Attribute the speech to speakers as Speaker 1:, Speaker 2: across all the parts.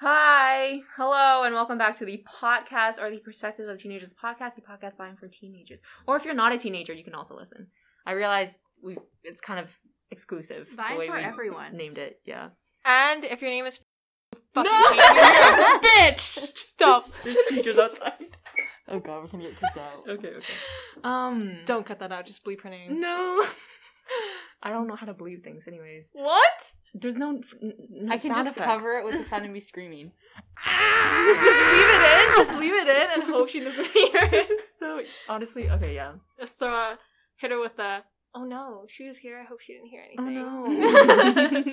Speaker 1: Hi, hello, and welcome back to the podcast or the Perspectives of Teenagers podcast, the podcast buying for teenagers. Or if you're not a teenager, you can also listen. I realize we it's kind of exclusive. the
Speaker 2: Buying
Speaker 1: way
Speaker 2: for
Speaker 1: we
Speaker 2: everyone.
Speaker 1: Named it, yeah.
Speaker 3: And if your name is
Speaker 1: No!
Speaker 3: fucking bitch, stop.
Speaker 1: There's teachers outside.
Speaker 3: Oh god, we're gonna get kicked out.
Speaker 1: Okay, okay. Um,
Speaker 3: Don't cut that out. Just bleep her name.
Speaker 1: no. I don't know how to believe things. Anyways,
Speaker 3: What?
Speaker 1: there's no. n- n- no
Speaker 4: I can
Speaker 1: sound
Speaker 4: just
Speaker 1: effects.
Speaker 4: cover it with the sound of me screaming.
Speaker 3: Just leave it in. Just leave it in and hope she doesn't hear
Speaker 1: this
Speaker 3: it.
Speaker 1: is so honestly okay. Yeah.
Speaker 3: Just throw a hit her with a. Oh no, she was here. I hope she didn't hear anything.
Speaker 1: Oh, no.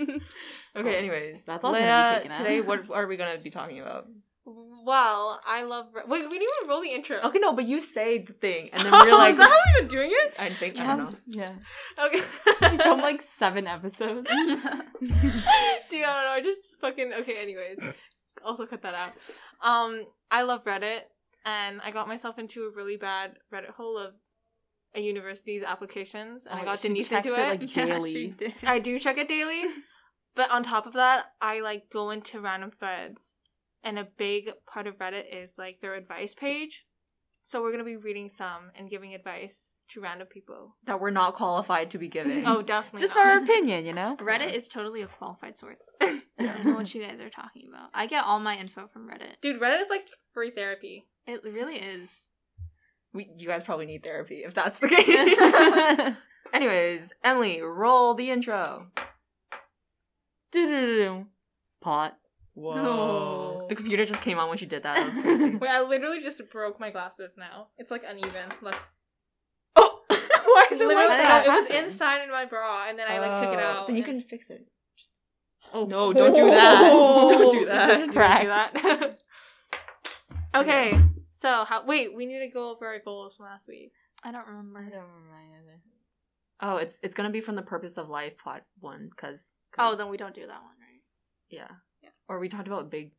Speaker 1: Oh, Okay. Anyways,
Speaker 4: That's all gonna be
Speaker 1: Leia,
Speaker 4: taken out.
Speaker 1: today what are we gonna be talking about?
Speaker 3: well, I love. Ro- Wait, we didn't even roll the intro.
Speaker 1: Okay, no, but you say the thing, and then
Speaker 3: Oh,
Speaker 1: we're like,
Speaker 3: is that how we've been doing it?
Speaker 1: I think I
Speaker 4: Yeah.
Speaker 1: don't know.
Speaker 4: yeah.
Speaker 3: Okay.
Speaker 4: We've done like seven episodes.
Speaker 3: Dude, I don't know. I just fucking okay. Anyways, also cut that out. Um, I love Reddit, and I got myself into a really bad Reddit hole of a university's applications, and I got
Speaker 4: Oh, She
Speaker 3: Denise
Speaker 4: checks
Speaker 3: into
Speaker 4: it,
Speaker 3: it.
Speaker 4: like daily.
Speaker 2: did.
Speaker 3: I do check it daily, but on top of that, I like go into random threads, and a big part of Reddit is like their advice page. So we're gonna be reading some and giving advice to random people.
Speaker 1: that we're not qualified to be giving.
Speaker 3: Oh, definitely.
Speaker 4: Just
Speaker 3: not.
Speaker 4: our opinion, you know.
Speaker 2: Reddit is totally a qualified source. I don't know what you guys are talking about. I get all my info from Reddit.
Speaker 3: Dude, Reddit is like free therapy.
Speaker 2: It really is.
Speaker 1: we, you guys probably need therapy if that's the case. Anyways, Emily, roll the intro.
Speaker 4: Du-du-du-du. Pot.
Speaker 1: Whoa,
Speaker 2: No.
Speaker 1: the computer just came on when she did that. that was crazy.
Speaker 3: Wait, I literally just broke my glasses now. It's like uneven. Look.
Speaker 1: oh, why is it
Speaker 3: Literally,
Speaker 1: like
Speaker 4: did
Speaker 1: that?
Speaker 4: that
Speaker 3: no, it was
Speaker 4: happen?
Speaker 3: inside in my bra, and then I like took it
Speaker 1: Oh,
Speaker 3: out.
Speaker 1: Then you
Speaker 3: and
Speaker 1: can fix it.
Speaker 4: Oh
Speaker 1: No, don't do that. Don't do
Speaker 4: It
Speaker 1: that.
Speaker 4: Just cracked.
Speaker 3: You don't do that. okay, so how? Wait, we need to go over our goals from last week.
Speaker 2: I don't
Speaker 4: I don't
Speaker 2: remember.
Speaker 4: remember mine either.
Speaker 1: Oh, it's it's gonna be from the purpose of life plot one because.
Speaker 2: Oh, then we don't do that one, right?
Speaker 1: yeah.
Speaker 3: Yeah.
Speaker 1: Or we talked about big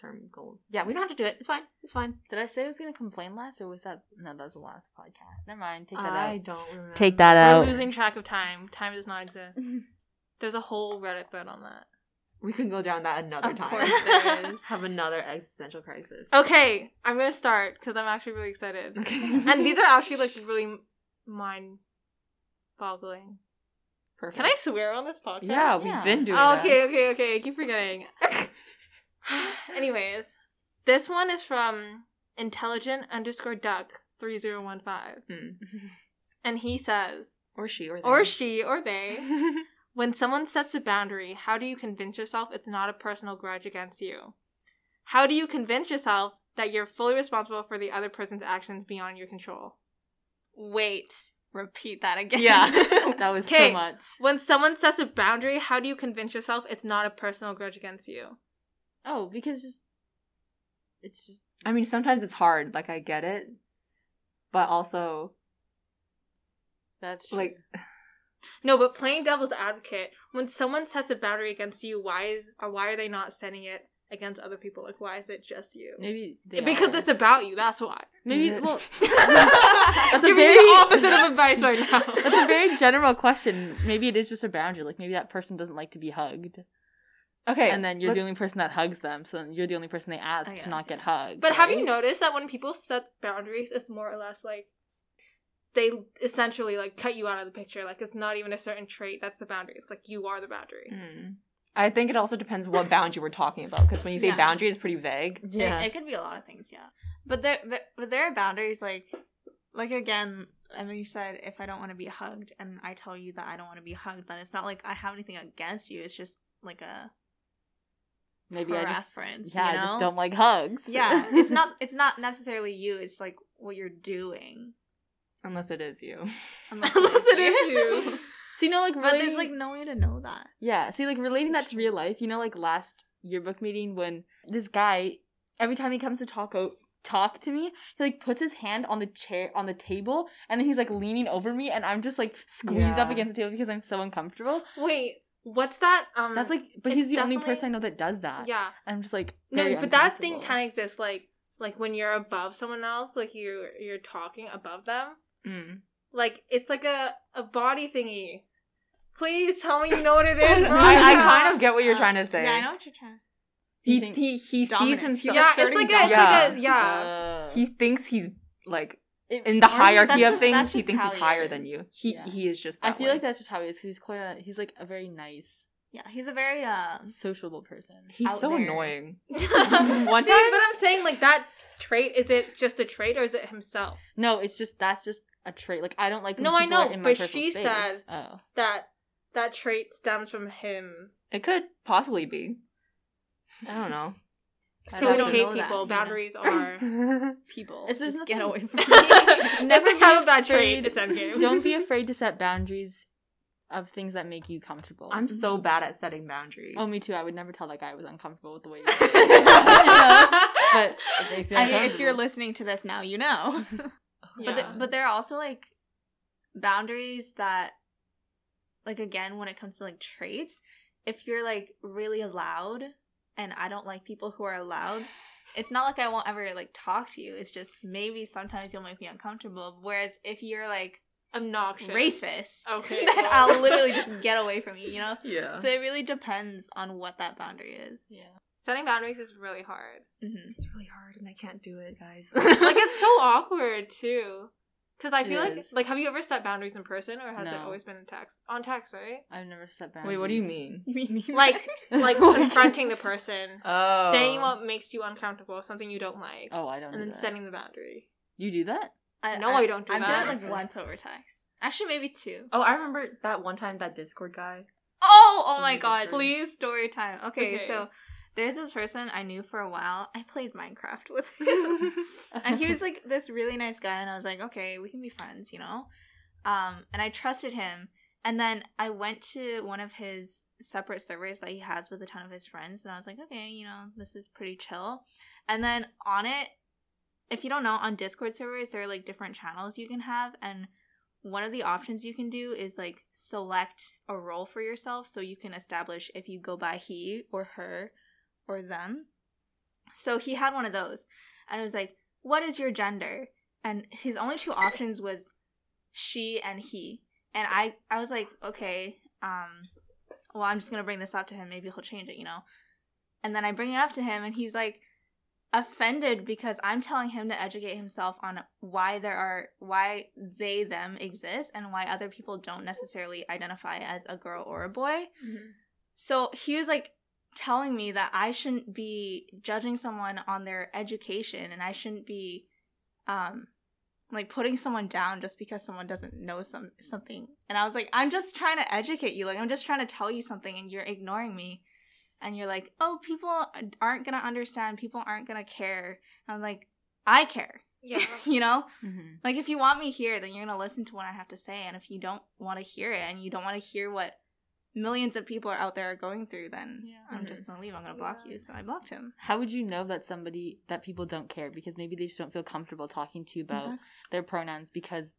Speaker 1: term goals. Yeah, we don't have to do it. It's fine. It's fine.
Speaker 4: Did I say I was gonna complain last, or was that no? That was the last podcast. Never mind. Take that
Speaker 1: I
Speaker 4: out.
Speaker 1: don't remember.
Speaker 4: Take that
Speaker 3: We're
Speaker 4: out.
Speaker 3: losing track of time. Time does not exist. There's a whole Reddit thread on that.
Speaker 1: We can go down that another
Speaker 4: Of
Speaker 1: time.
Speaker 4: course there is.
Speaker 1: Have another existential crisis.
Speaker 3: Oh. Okay, I'm gonna start because I'm actually really excited,
Speaker 1: Okay.
Speaker 3: and these are actually like really mind-boggling.
Speaker 1: Perfect.
Speaker 3: Can I swear on this podcast?
Speaker 1: Yeah, we've
Speaker 4: Yeah.
Speaker 1: been doing
Speaker 3: Oh,
Speaker 1: that.
Speaker 3: okay, okay, okay. I keep forgetting. Anyways, this one is from intelligent underscore duck three zero one five,
Speaker 1: Mm.
Speaker 3: and he says,
Speaker 1: Or she or they.
Speaker 3: or she or they, when someone sets a boundary, how do you convince yourself it's not a personal grudge against you? How do you convince yourself that you're fully responsible for the other person's actions beyond your control?
Speaker 2: Wait, repeat that again.
Speaker 1: Yeah.
Speaker 4: That was
Speaker 3: Okay.
Speaker 4: so much.
Speaker 3: When someone sets a boundary, how do you convince yourself it's not a personal grudge against you?
Speaker 4: Oh, because just, it's just
Speaker 1: I mean, sometimes it's hard. Like I get it, but also
Speaker 4: that's true.
Speaker 1: like
Speaker 3: No, but playing devil's advocate, when someone sets a boundary against you, why is or why are they not setting it against other people? Like why is it just you?
Speaker 4: maybe they
Speaker 3: because
Speaker 4: are.
Speaker 3: it's about you, that's why.
Speaker 4: maybe well
Speaker 3: that's
Speaker 4: a
Speaker 3: Giving
Speaker 4: very-
Speaker 3: the opposite of advice right now.
Speaker 4: that's a very general question. Maybe it is just a boundary. Like maybe that person doesn't like to be hugged,
Speaker 1: okay,
Speaker 4: and then you're
Speaker 1: let's-
Speaker 4: the only person that hugs them. So then you're the only person they ask
Speaker 2: I guess,
Speaker 4: to not
Speaker 2: yeah.
Speaker 4: get hugged.
Speaker 3: but have you
Speaker 4: right?
Speaker 3: noticed that when people set boundaries, it's more or less like they essentially like cut you out of the picture. Like it's not even a certain trait that's the boundary. It's like you are the boundary.
Speaker 1: Mm. I think it also depends what boundary we're talking about. Because when you say
Speaker 2: Yeah.
Speaker 1: boundary, it's pretty vague.
Speaker 2: It-
Speaker 4: Yeah,
Speaker 2: It, could be a lot of things, yeah. But there, but, but there are boundaries, like, like again, Emily said, if I don't want to be hugged, and I tell you that I don't want to be hugged, then it's not like I have anything against you. It's just like a
Speaker 4: maybe I just
Speaker 2: preference.
Speaker 4: yeah
Speaker 2: you
Speaker 4: I just
Speaker 2: know?
Speaker 4: don't like hugs.
Speaker 2: Yeah, it's not. It's not necessarily you. It's like what you're doing.
Speaker 1: Unless it is you.
Speaker 2: Unless,
Speaker 3: Unless it is you.
Speaker 4: So you know, like
Speaker 2: but
Speaker 4: relating,
Speaker 2: there's like no way to know that.
Speaker 4: yeah. See, like relating that to real life. You know, like last yearbook meeting when this guy, every time he comes to talk o- talk to me, he like puts his hand on the chair on the table, and then he's like leaning over me, and I'm just like squeezed up
Speaker 1: Yeah.
Speaker 4: against the table because I'm so uncomfortable.
Speaker 3: Wait, what's that? Um
Speaker 1: Mm.
Speaker 4: That's like, but
Speaker 3: It's
Speaker 4: he's the only
Speaker 3: definitely-
Speaker 4: person I know that does that.
Speaker 3: yeah.
Speaker 4: I'm just like
Speaker 3: No, but that thing kind of exists, like like when you're above someone else, like you you're talking above them.
Speaker 1: Mm.
Speaker 3: Like it's like a a body thingy. Please tell me you know what it is.
Speaker 1: I, I
Speaker 3: Veronica.
Speaker 1: kind of get what you're
Speaker 2: Uh,
Speaker 3: Um,
Speaker 1: trying to say.
Speaker 2: Yeah, I know what you're trying.
Speaker 1: He
Speaker 4: You think-
Speaker 1: he, he sees
Speaker 2: dominance.
Speaker 1: himself.
Speaker 3: yeah, it's
Speaker 2: asserting
Speaker 3: like a,
Speaker 1: dominance.
Speaker 3: it's like a, yeah.
Speaker 4: Uh,
Speaker 1: He thinks he's like in
Speaker 4: it-
Speaker 1: the
Speaker 4: I mean, that's
Speaker 1: hierarchy of
Speaker 4: just-
Speaker 1: things.
Speaker 4: that's
Speaker 1: he
Speaker 4: just
Speaker 1: thinks
Speaker 4: how
Speaker 1: he's
Speaker 4: he
Speaker 1: higher
Speaker 4: is.
Speaker 1: than you. He
Speaker 4: Yeah.
Speaker 1: he is just.
Speaker 4: I
Speaker 1: That
Speaker 4: feel
Speaker 1: way.
Speaker 4: like that's just how he is. 'cause he's quite a, he's like a very nice,
Speaker 2: Yeah, he's a very uh
Speaker 4: sociable person.
Speaker 1: he's
Speaker 2: out
Speaker 1: so
Speaker 2: there.
Speaker 1: annoying.
Speaker 3: One
Speaker 1: One
Speaker 3: um, See,
Speaker 1: time-
Speaker 3: but I'm saying like that trait is it just a trait or is it himself
Speaker 4: No, it's just that's just a trait. Like I don't like. when
Speaker 3: No, I
Speaker 4: people are
Speaker 3: know,
Speaker 4: in my
Speaker 3: but
Speaker 4: personal
Speaker 3: she
Speaker 4: space.
Speaker 3: says-
Speaker 4: Oh,
Speaker 3: that that trait stems from him?
Speaker 1: It could possibly be. I don't know.
Speaker 4: I
Speaker 3: So we
Speaker 4: don't
Speaker 3: don't hate
Speaker 2: know that,
Speaker 3: people.
Speaker 2: you know.
Speaker 3: Boundaries are.
Speaker 2: people.
Speaker 4: Is this
Speaker 2: Just get
Speaker 4: nothing-
Speaker 2: away from me.
Speaker 4: Never
Speaker 3: If they have
Speaker 4: be
Speaker 3: that trait.
Speaker 4: afraid-
Speaker 3: It's endgame.
Speaker 4: don't be afraid to set boundaries of things that make you comfortable.
Speaker 1: I'm so bad at setting boundaries.
Speaker 4: Oh, me too. I would never tell that guy I was uncomfortable with the way. He but it makes me
Speaker 3: Uh-huh.
Speaker 2: I mean, if
Speaker 4: uncomfortable.
Speaker 2: you're listening to this now, you know. But th- but there are also like boundaries that, like again, when it comes to like traits, if you're like really loud, and I don't like people who are loud, it's not like I won't ever like talk to you. It's just maybe sometimes you'll make me uncomfortable. Whereas if you're like
Speaker 3: obnoxious.
Speaker 2: racist,
Speaker 3: Okay,
Speaker 2: then
Speaker 3: well.
Speaker 2: I'll literally just get away from you. You know.
Speaker 1: yeah.
Speaker 2: So it really depends on what that boundary is.
Speaker 4: yeah.
Speaker 3: Setting boundaries is really hard.
Speaker 2: Mm-hmm.
Speaker 1: it's really hard, and I can't do it, guys.
Speaker 3: Like it's so awkward too. Cause I
Speaker 4: It
Speaker 3: feel like
Speaker 4: is.
Speaker 3: like have you ever set boundaries in person or has it
Speaker 4: No.
Speaker 3: always been in text? On text, right?
Speaker 4: I've never set boundaries.
Speaker 1: Wait, what do you mean?
Speaker 3: Like like confronting the person,
Speaker 1: Oh,
Speaker 3: saying what makes you uncomfortable, something you don't like,
Speaker 4: Oh, I don't.
Speaker 3: and
Speaker 4: do
Speaker 3: then
Speaker 4: that.
Speaker 3: setting the boundary.
Speaker 4: You do that?
Speaker 2: I,
Speaker 3: No, I don't do
Speaker 2: I've
Speaker 3: that.
Speaker 2: done it like once over text. Actually, maybe two.
Speaker 1: Oh, I remember that one time that Discord guy.
Speaker 2: Oh, oh my
Speaker 1: Please.
Speaker 2: god! Please, story time. Okay,
Speaker 3: Okay.
Speaker 2: so there's this person I knew for a while. I played Minecraft with him, and he was like this really nice guy, and I was like, okay, we can be friends, you know. Um, and I trusted him, and then I went to one of his separate servers that he has with a ton of his friends, and I was like, okay, you know, this is pretty chill. And then on it, if you don't know, on Discord servers, there are like different channels you can have. And one of the options you can do is like select a role for yourself so you can establish if you go by he or her or them. So he had one of those. And it was like, what is your gender? And his only two options was she and he. And I, I was like, okay, um, well, I'm just going to bring this up to him. Maybe he'll change it, you know? And then I bring it up to him, and he's like, offended because I'm telling him to educate himself on why there are why they them exist and why other people don't necessarily identify as a girl or a boy.
Speaker 3: Mm-hmm.
Speaker 2: So he was like telling me that I shouldn't be judging someone on their education and I shouldn't be um like putting someone down just because someone doesn't know some something. And I was like, I'm just trying to educate you. Like I'm just trying to tell you something and you're ignoring me. And you're like, "Oh, people aren't going to understand. People aren't going to care." I'm like, "I care."
Speaker 3: Yeah.
Speaker 2: you know?
Speaker 4: Mhm.
Speaker 2: Like if you want me here, then you're gonna listen to what I have to say. And if you don't want to hear it, and you don't want to hear what millions of people are out there are going through, then
Speaker 4: Yeah.
Speaker 2: I'm just gonna leave. I'm gonna block you. So I blocked him.
Speaker 4: How would you know that somebody that people don't care because maybe they just don't feel comfortable talking to you about
Speaker 2: Exact-
Speaker 4: their pronouns because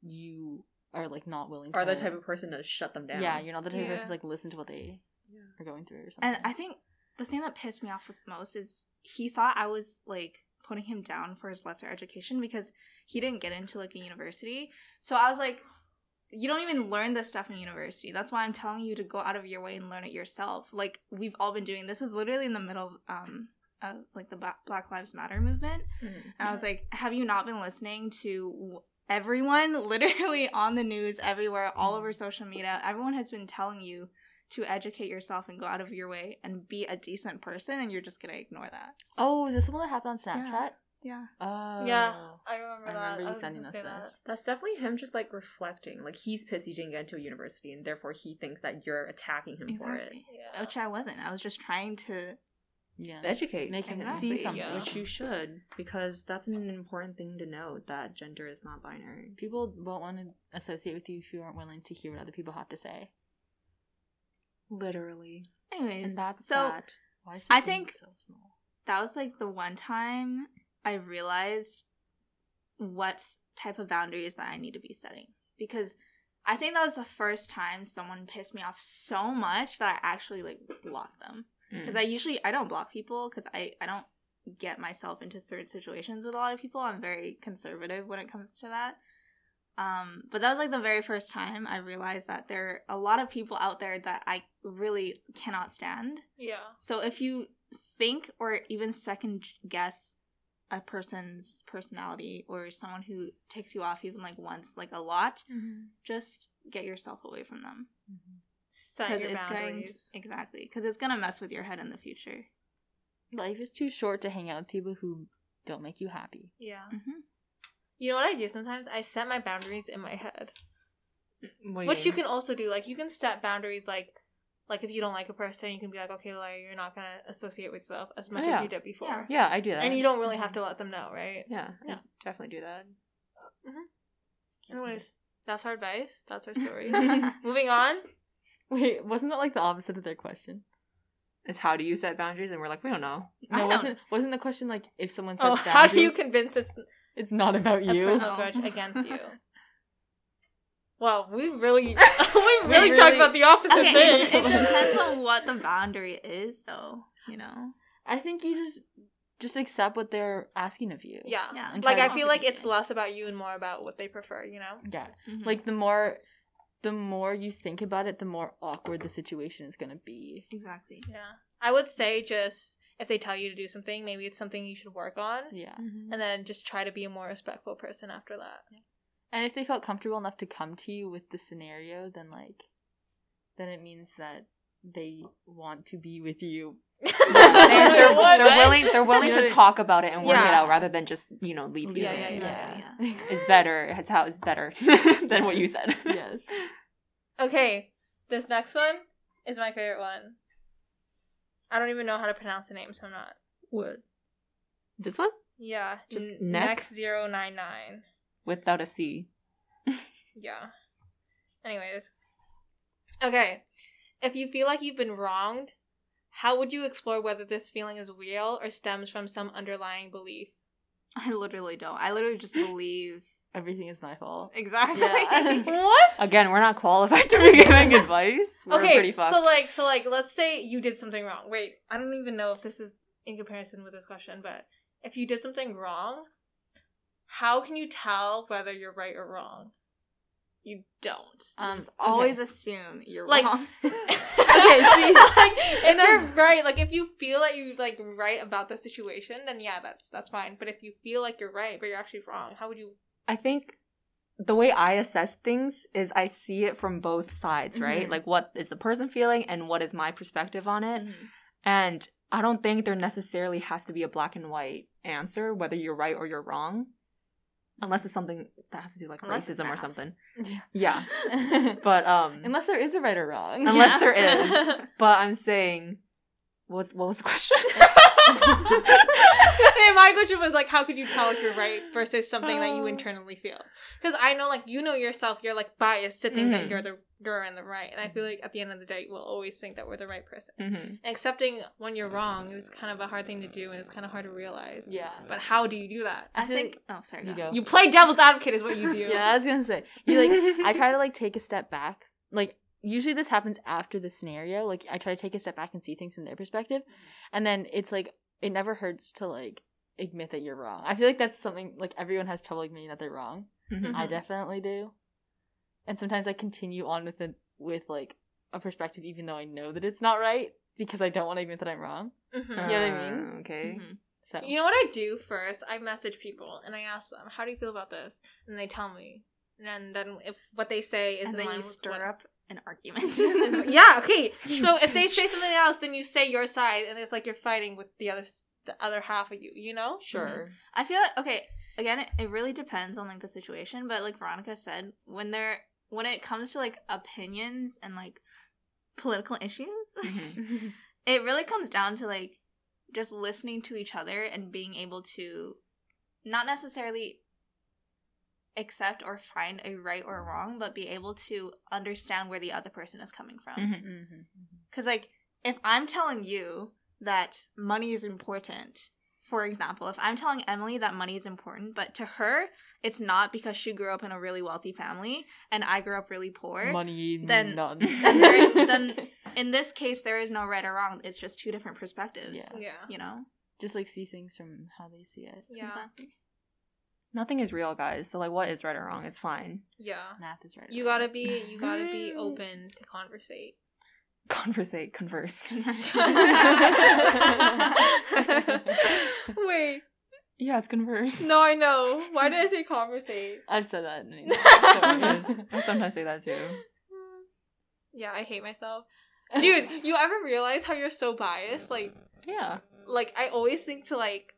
Speaker 4: you are like not willing to
Speaker 1: Are the type of person to shut them down.
Speaker 4: Yeah, you're not the type
Speaker 3: Yeah.
Speaker 4: of person to like listen to what they
Speaker 1: Yeah.
Speaker 4: are going through or something.
Speaker 2: And I think the thing that pissed me off was most is he thought I was like putting him down for his lesser education because he didn't get into like a university. So I was like, you don't even learn this stuff in university. That's why I'm telling you to go out of your way and learn it yourself. Like we've all been doing. This was literally in the middle of, um of like the Ba- Black Lives Matter movement.
Speaker 1: Mm-hmm.
Speaker 2: And I was like, have you not been listening to w- everyone literally on the news everywhere, all over social media? Everyone has been telling you to educate yourself and go out of your way and be a decent person, and you're just gonna ignore that.
Speaker 4: oh, is this someone that happened on Snapchat?
Speaker 2: Yeah.
Speaker 4: Oh.
Speaker 3: Yeah. I remember
Speaker 4: I
Speaker 3: that.
Speaker 4: remember
Speaker 3: I
Speaker 4: you
Speaker 3: was
Speaker 4: sending
Speaker 3: gonna
Speaker 4: us
Speaker 3: say
Speaker 4: this.
Speaker 1: That's definitely him just like reflecting. Like he's pissed he didn't get into a university and therefore he thinks that you're attacking him for it.
Speaker 2: Exactly.
Speaker 3: Yeah.
Speaker 2: Which I wasn't. I was just trying to.
Speaker 4: Yeah.
Speaker 1: Educate.
Speaker 4: Make him
Speaker 2: Exactly,
Speaker 4: see something.
Speaker 3: yeah.
Speaker 1: Which you should, because that's an important thing to know that gender is not binary.
Speaker 4: People won't want to associate with you if you aren't willing to hear what other people have to say.
Speaker 1: Literally.
Speaker 2: Anyways,
Speaker 4: And that's
Speaker 2: so
Speaker 4: that. Why is
Speaker 2: I
Speaker 4: this thing
Speaker 2: think-
Speaker 4: so small?
Speaker 2: that was like the one time I realized what type of boundaries that I need to be setting because I think that was the first time someone pissed me off so much that I actually like blocked them
Speaker 1: Mm.
Speaker 2: because I usually I don't block people because I I don't get myself into certain situations with a lot of people. I'm very conservative when it comes to that. Um, but that was like the very first time I realized that there are a lot of people out there that I really cannot stand.
Speaker 3: Yeah.
Speaker 2: So if you think or even second guess a person's personality or someone who takes you off even like once, like a lot, just get yourself away from them
Speaker 3: Set your
Speaker 2: going
Speaker 3: boundaries.
Speaker 2: exactly because it's gonna mess with your head in the future.
Speaker 4: Life is too short to hang out with people who don't make you happy.
Speaker 3: Yeah.
Speaker 2: Mhm.
Speaker 3: You know what I do sometimes? I set my boundaries in my head.
Speaker 1: What do
Speaker 3: Which you
Speaker 1: mean?
Speaker 3: can also do. Like you can set boundaries like like if you don't like a person, you can be like, Okay, like you're not gonna associate with yourself as much
Speaker 1: yeah.
Speaker 3: as you did before.
Speaker 2: Yeah.
Speaker 1: Yeah, I do that.
Speaker 3: And you don't really have to let them know, right?
Speaker 1: Yeah,
Speaker 3: Yeah.
Speaker 1: I definitely do that.
Speaker 3: Anyways, that's our advice. That's our story. Moving on.
Speaker 4: Wait, wasn't that like the opposite of their question?
Speaker 1: Is how do you set boundaries? And we're like, we don't know.
Speaker 4: No,
Speaker 2: I don't-
Speaker 4: wasn't wasn't the question like if someone says
Speaker 3: Oh,
Speaker 4: boundaries,
Speaker 3: how do you convince it's
Speaker 4: it's not about
Speaker 3: a
Speaker 4: you?
Speaker 3: personal
Speaker 2: No.
Speaker 3: grudge against you? Well, we really, we really
Speaker 4: really-
Speaker 3: talked about the opposite
Speaker 2: Okay, it,
Speaker 3: thing.
Speaker 2: it depends on what the boundary is, though. You know,
Speaker 4: I think you just just accept what they're asking of you.
Speaker 3: Yeah,
Speaker 2: Yeah,
Speaker 4: and
Speaker 3: like
Speaker 4: try
Speaker 3: I
Speaker 4: to
Speaker 3: feel like
Speaker 2: compensate.
Speaker 3: it's less about you and more about what they prefer. You know?
Speaker 4: Yeah.
Speaker 2: Mm-hmm.
Speaker 4: Like the more the more you think about it, the more awkward the situation is gonna be.
Speaker 2: exactly.
Speaker 3: Yeah. I would say just if they tell you to do something, maybe it's something you should work on,
Speaker 4: Yeah.
Speaker 2: Mm-hmm.
Speaker 3: and then just try to be a more respectful person after that.
Speaker 4: And if they felt comfortable enough to come to you with the scenario, then like then it means that they want to be with you.
Speaker 1: they're, they're-
Speaker 3: What?
Speaker 1: they're willing they're willing
Speaker 4: Yeah.
Speaker 1: to talk about it and work it
Speaker 3: Yeah.
Speaker 1: out rather than just you know leave you
Speaker 3: Yeah, yeah,
Speaker 1: It's
Speaker 3: yeah.
Speaker 1: is better is how it's better than what you said
Speaker 4: yes.
Speaker 3: Okay, this next one is my favorite one. I don't even know how to pronounce the name, so I'm not.
Speaker 4: What?
Speaker 1: this one
Speaker 3: Yeah, just
Speaker 1: Just neck?
Speaker 3: next zero nine nine.
Speaker 1: without a c
Speaker 3: Yeah. Anyways. Okay. If you feel like you've been wronged, how would you explore whether this feeling is real or stems from some underlying belief?
Speaker 2: I literally don't. I literally just believe
Speaker 4: Everything is my fault.
Speaker 2: exactly.
Speaker 4: Yeah.
Speaker 3: What?
Speaker 1: again we're not qualified to be giving advice we're
Speaker 3: okay,
Speaker 1: pretty fucked
Speaker 3: so like so like let's say you did something wrong. Wait, I don't even know if this is in comparison with this question, but if you did something wrong, how can you tell whether you're right or wrong? You don't.
Speaker 2: um,
Speaker 4: Okay.
Speaker 2: always assume you're
Speaker 3: Like-
Speaker 2: wrong.
Speaker 4: see?
Speaker 3: okay, like, if you're right, like if you feel that you like right about the situation, then yeah, that's that's fine. But if you feel like you're right, but you're actually wrong, how would you?
Speaker 1: I think the way I assess things is I see it from both sides, right?
Speaker 2: Mhm.
Speaker 1: Like what is the person feeling and what is my perspective on it?
Speaker 2: Mhm.
Speaker 1: And I don't think there necessarily has to be a black and white answer whether you're right or you're wrong. Unless it's something that has to do like
Speaker 2: Unless it's
Speaker 1: racism or
Speaker 2: math.
Speaker 1: something.
Speaker 4: Yeah.
Speaker 1: Yeah. But um
Speaker 4: Unless there is a right or wrong.
Speaker 1: Unless
Speaker 2: Yeah.
Speaker 1: there is. but I'm saying what's what was the question?
Speaker 3: hey, my question was like, how could you tell if you're right versus something that you
Speaker 1: Oh.
Speaker 3: internally feel? Because I know, like, you know yourself, you're like biased to think that
Speaker 1: Mhm.
Speaker 3: you're the you're in the right, and I feel like at the end of the day, we'll always think that we're the right person.
Speaker 1: hmm
Speaker 3: And accepting when you're wrong is kind of a hard thing to do, and it's kind of hard to realize.
Speaker 4: Yeah.
Speaker 3: But how do you do that?
Speaker 2: I
Speaker 4: I feel
Speaker 2: think. Oh, sorry.
Speaker 4: You
Speaker 2: go.
Speaker 4: go.
Speaker 3: You play devil's advocate is what you do.
Speaker 4: yeah, I was gonna say. You like I try to like take a step back. Like usually this happens after the scenario. Like I try to take a step back and see things from their perspective. And then it's like it never hurts to like admit that you're wrong. I feel like that's something like everyone has trouble admitting that they're wrong. I
Speaker 1: Mm-hmm.
Speaker 4: Mm-hmm.
Speaker 3: Mhm.
Speaker 4: definitely do. And sometimes I continue on with it with like a perspective even though I know that it's not right because I don't want to admit that I'm wrong.
Speaker 3: Mhm.
Speaker 4: know what I mean? Mm-hmm.
Speaker 1: Uh, Okay.
Speaker 2: Mhm.
Speaker 4: So
Speaker 3: You know what I do first? I message people and I ask them, "How do you feel about this?" And they tell me. And then if what they say is
Speaker 2: And
Speaker 3: in
Speaker 2: then
Speaker 3: line
Speaker 2: you
Speaker 3: with
Speaker 2: stir
Speaker 3: what-
Speaker 2: up an argument.
Speaker 3: is what- yeah, okay. So if they say something else, then you say your side, and it's like you're fighting with the other s- the other half of you. You know?
Speaker 1: Sure.
Speaker 2: I feel like okay. Again, it, it really depends on like the situation, but like Veronica said, when they're when it comes to like opinions and like political issues,
Speaker 1: Mhm.
Speaker 2: it really comes down to like just listening to each other and being able to not necessarily accept or find a right or wrong, but be able to understand where the other person is coming from.
Speaker 1: Mhm.
Speaker 2: Because, like, if I'm telling you that money is important, for example, if I'm telling Emily that money is important, but to her, it's not because she grew up in a really wealthy family and I grew up really poor.
Speaker 4: money
Speaker 2: then-
Speaker 4: none.
Speaker 2: then there- then- In this case, there is no right or wrong. It's just two different perspectives.
Speaker 4: Yeah.
Speaker 3: Yeah.
Speaker 2: You know?
Speaker 4: just like see things from how they see it.
Speaker 3: Yeah.
Speaker 2: Exactly.
Speaker 1: Nothing is real, guys. So like what is right or wrong? It's fine.
Speaker 3: Yeah.
Speaker 4: Math is right.
Speaker 3: You gotta be you gotta be open to conversate.
Speaker 4: conversate, converse.
Speaker 1: Wait.
Speaker 4: Yeah, it's converse.
Speaker 3: no, I know. Why did I say conversate?
Speaker 4: I've said that. many times. So it is. I sometimes say that too.
Speaker 3: Yeah, I hate myself. Dude, you ever realize how you're so biased? Like
Speaker 4: Yeah.
Speaker 3: like I always think to like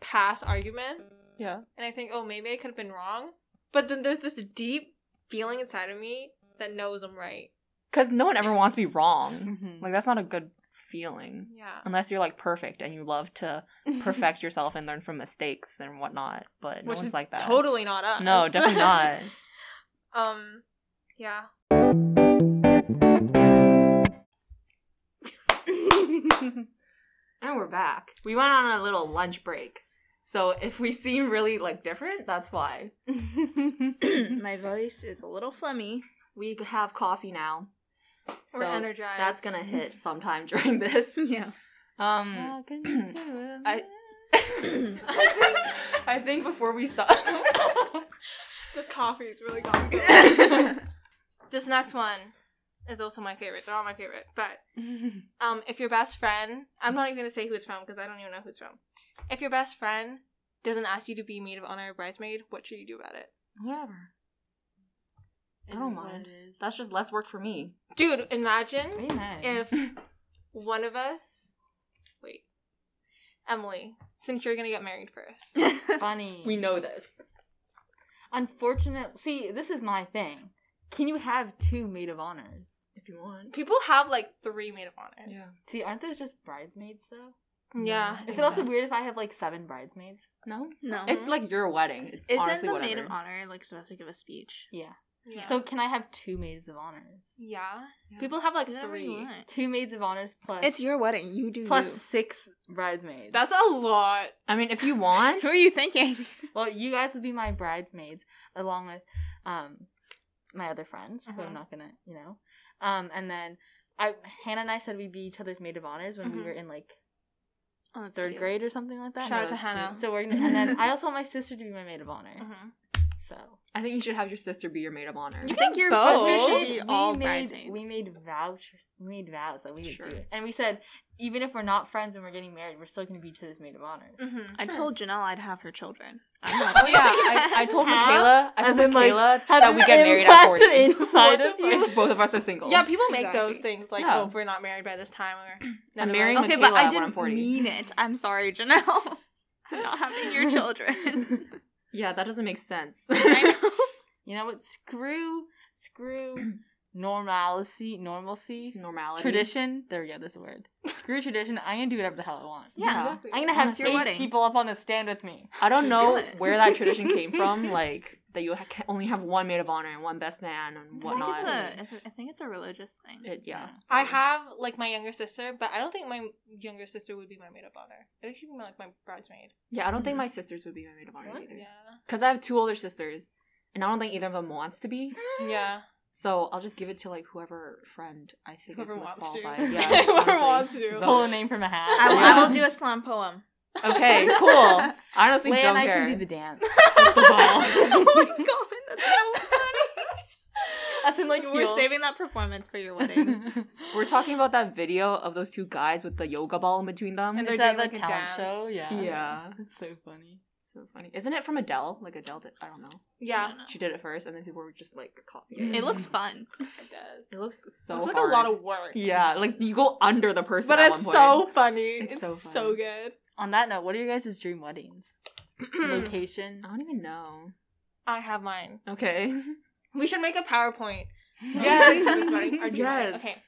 Speaker 3: past arguments
Speaker 4: Yeah.
Speaker 3: and I think, oh maybe I could have been wrong. But then there's this deep feeling inside of me that knows I'm right.
Speaker 1: Because no one ever wants to be wrong.
Speaker 4: Mm-hmm.
Speaker 1: Like, that's not a good feeling.
Speaker 3: Yeah.
Speaker 1: Unless you're like perfect and you love to perfect yourself and learn from mistakes and whatnot. But no
Speaker 3: Which
Speaker 1: one's
Speaker 3: is
Speaker 1: like that.
Speaker 3: Totally not us.
Speaker 1: No, definitely not.
Speaker 3: um yeah.
Speaker 1: and we're back. We went on a little lunch break. So if we seem really like different, that's why.
Speaker 2: My voice is a little phlegmy.
Speaker 1: We have coffee now. So
Speaker 3: We're energized.
Speaker 1: that's gonna hit sometime during this.
Speaker 2: Yeah.
Speaker 1: Um
Speaker 4: Welcome to
Speaker 1: I- I think before we stop
Speaker 3: This coffee is really gone. this next one is also my favorite. They're all my favorite. But
Speaker 4: America.
Speaker 3: um, if your best friend, I'm not even gonna say who it's from because I don't even know who it's from. If your best friend doesn't ask you to be maid of honor or bridesmaid, what should you do about it?
Speaker 1: Whatever. I don't mind. That's just less work for me.
Speaker 3: Dude, imagine
Speaker 4: nice.
Speaker 3: if one of us, wait, Emily, since you're gonna get married first,
Speaker 4: funny.
Speaker 1: We know this.
Speaker 4: Unfortunately, see, this is my thing. Can you have two maid of honors?
Speaker 1: If you want.
Speaker 3: people have like three maid of honor.
Speaker 1: Yeah.
Speaker 4: See, aren't those just bridesmaids though?
Speaker 3: Yeah.
Speaker 1: I
Speaker 4: Is
Speaker 1: think
Speaker 4: it also
Speaker 1: that-
Speaker 4: weird if I have like seven bridesmaids?
Speaker 1: No?
Speaker 2: No.
Speaker 1: It's like your wedding. It's
Speaker 2: Isn't
Speaker 1: honestly
Speaker 2: the
Speaker 1: whatever.
Speaker 2: maid of honor like supposed to give a speech?
Speaker 4: Yeah.
Speaker 3: Yeah.
Speaker 4: So can I have two maids of honors?
Speaker 3: yeah.
Speaker 1: Yeah.
Speaker 3: people have like
Speaker 2: Do whatever you
Speaker 3: three.
Speaker 2: want.
Speaker 4: Two maids of honors plus
Speaker 2: It's your wedding. You do.
Speaker 4: plus
Speaker 2: you.
Speaker 4: six bridesmaids.
Speaker 3: That's a lot.
Speaker 1: I mean if you want
Speaker 2: Who are you thinking?
Speaker 4: well, you guys would be my bridesmaids along with um my other friends. But
Speaker 3: Uh-huh.
Speaker 4: I'm not gonna, you know. Um, and then I Hannah and I said we'd be each other's maid of honors when we
Speaker 3: Mhm.
Speaker 4: were in like
Speaker 2: Oh, that's
Speaker 4: third
Speaker 2: cute.
Speaker 4: grade or something like that.
Speaker 3: Shout
Speaker 4: No,
Speaker 3: out to
Speaker 4: that's
Speaker 3: Hannah.
Speaker 4: So we're gonna, and then I also want my sister to be my maid of honor.
Speaker 3: Mhm.
Speaker 4: So
Speaker 1: I think you should have your sister be your maid of honor.
Speaker 2: You think your
Speaker 3: both.
Speaker 2: sister
Speaker 3: We
Speaker 2: should be all
Speaker 4: made,
Speaker 2: bridesmaids.
Speaker 4: We made vouchers. We made vows that we would
Speaker 1: Sure.
Speaker 4: do it, and we said even if we're not friends when we're getting married, we're still gonna be each other's maid of honor.
Speaker 3: Mhm.
Speaker 2: I told Janelle I'd have her children.
Speaker 1: Oh, yeah, I, I told
Speaker 4: How?
Speaker 1: Michaela. I told
Speaker 4: As in, like,
Speaker 1: Michaela
Speaker 4: have
Speaker 1: that we
Speaker 4: an
Speaker 1: get married at
Speaker 4: impact
Speaker 1: forty.
Speaker 4: inside of you.
Speaker 1: If both of us are single.
Speaker 3: Yeah, people make
Speaker 2: Exactly.
Speaker 3: those things like,
Speaker 1: Yeah.
Speaker 3: oh, we're not married by this time, or
Speaker 1: I'm
Speaker 3: none of
Speaker 1: marrying
Speaker 3: us-
Speaker 2: okay,
Speaker 1: Michaela
Speaker 2: but I
Speaker 1: when I'm
Speaker 2: didn't
Speaker 1: 40.
Speaker 2: mean it. I'm sorry, Janelle. I'm not having your children.
Speaker 1: Yeah, that doesn't make sense.
Speaker 2: I know.
Speaker 4: You know what? Screw, screw normalcy, normalcy,
Speaker 1: Normality.
Speaker 4: tradition. There we go. This word. Screw tradition. I'm gonna do whatever the hell I want.
Speaker 2: Yeah.
Speaker 3: Exactly.
Speaker 4: I'm gonna have
Speaker 2: That's your
Speaker 4: eight
Speaker 2: wedding.
Speaker 4: people up on the stand with me.
Speaker 1: I don't
Speaker 2: Do
Speaker 1: know
Speaker 2: it.
Speaker 1: where that tradition came from, like that you ha- can only have one maid of honor and one best man and
Speaker 2: I
Speaker 1: whatnot.
Speaker 2: think, it's a, I think it's a religious thing.
Speaker 1: It- yeah.
Speaker 3: I have like my younger sister, but I don't think my younger sister would be my maid of honor. I think she'd be like my bridesmaid.
Speaker 1: Yeah, I don't
Speaker 4: Hmm.
Speaker 1: think my sisters would be my maid of honor
Speaker 4: Really?
Speaker 1: either.
Speaker 3: Yeah.
Speaker 1: Because I have two older sisters, and I don't think either of them wants to be.
Speaker 3: Yeah.
Speaker 1: So I'll just give it to like whoever friend I think
Speaker 3: Whoever
Speaker 1: is most
Speaker 3: wants to.
Speaker 1: qualified. Yeah,
Speaker 3: Whoever
Speaker 1: honestly.
Speaker 3: wants to.
Speaker 1: Vote.
Speaker 4: Pull a name from a hat.
Speaker 2: I will,
Speaker 1: Yeah.
Speaker 2: I will do a slam poem.
Speaker 1: Okay, cool. Honestly,
Speaker 4: Leia
Speaker 1: don't
Speaker 4: and I
Speaker 1: care.
Speaker 4: can do the dance.
Speaker 1: Oh
Speaker 2: my god, that's so
Speaker 4: Us in like
Speaker 2: We're
Speaker 4: heels.
Speaker 2: saving that performance for your wedding.
Speaker 1: We're talking about that video of those two guys with the yoga ball in between them.
Speaker 3: And
Speaker 4: Is
Speaker 3: they're
Speaker 4: that
Speaker 3: doing,
Speaker 4: the
Speaker 3: like, a
Speaker 4: talent
Speaker 3: dance.
Speaker 4: show? Yeah.
Speaker 1: Yeah.
Speaker 4: It's so funny.
Speaker 1: so funny. Isn't it from Adele? Like Adele did. I don't know.
Speaker 3: Yeah.
Speaker 2: I don't
Speaker 1: She did it first, and then people were just like copying.
Speaker 2: know. It looks fun.
Speaker 3: It does.
Speaker 1: It looks so.
Speaker 3: it's like
Speaker 1: hard.
Speaker 3: a lot of work.
Speaker 1: Yeah, like you go under the person.
Speaker 3: But
Speaker 1: at
Speaker 3: it's
Speaker 1: one
Speaker 3: so
Speaker 1: point.
Speaker 3: funny.
Speaker 1: It's
Speaker 3: It's,
Speaker 1: so
Speaker 3: so,
Speaker 1: fun.
Speaker 3: good.
Speaker 4: On that note, what are your guys' dream weddings?
Speaker 3: Hmm.
Speaker 4: Location?
Speaker 1: I don't even know.
Speaker 3: I have mine.
Speaker 1: Okay.
Speaker 3: We should make a PowerPoint.
Speaker 1: Yes.
Speaker 3: Of this wedding, our dream
Speaker 1: Yes.
Speaker 3: wedding. Okay.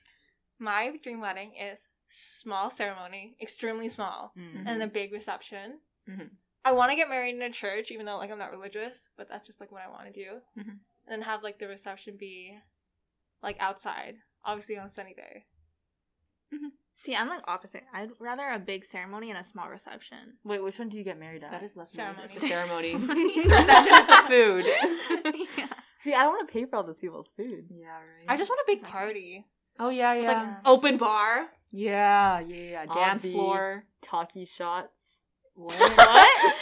Speaker 3: My dream wedding is small ceremony, extremely small.
Speaker 4: Mm.
Speaker 3: and a
Speaker 1: Mm-hmm.
Speaker 3: big reception.
Speaker 1: Mhm.
Speaker 3: I want to get married in a church, even though like I'm not religious, but that's just like what I want to do.
Speaker 1: Mhm.
Speaker 3: And then have like the reception be like outside, obviously on a sunny day.
Speaker 2: See, I'm like opposite. I'd rather a big ceremony and a small reception.
Speaker 4: Wait, which one do you get married at?
Speaker 1: That is less
Speaker 3: Ceremony.
Speaker 1: The ceremony. the reception is the
Speaker 2: yeah.
Speaker 1: food.
Speaker 4: See, I don't want to pay for all those people's food.
Speaker 1: Yeah. Right.
Speaker 3: I just want a big
Speaker 2: Okay.
Speaker 3: party,
Speaker 1: Oh yeah, yeah.
Speaker 3: like open bar.
Speaker 1: yeah, yeah, yeah. Dance
Speaker 4: Auntie.
Speaker 1: floor.
Speaker 4: Talkie shots. What?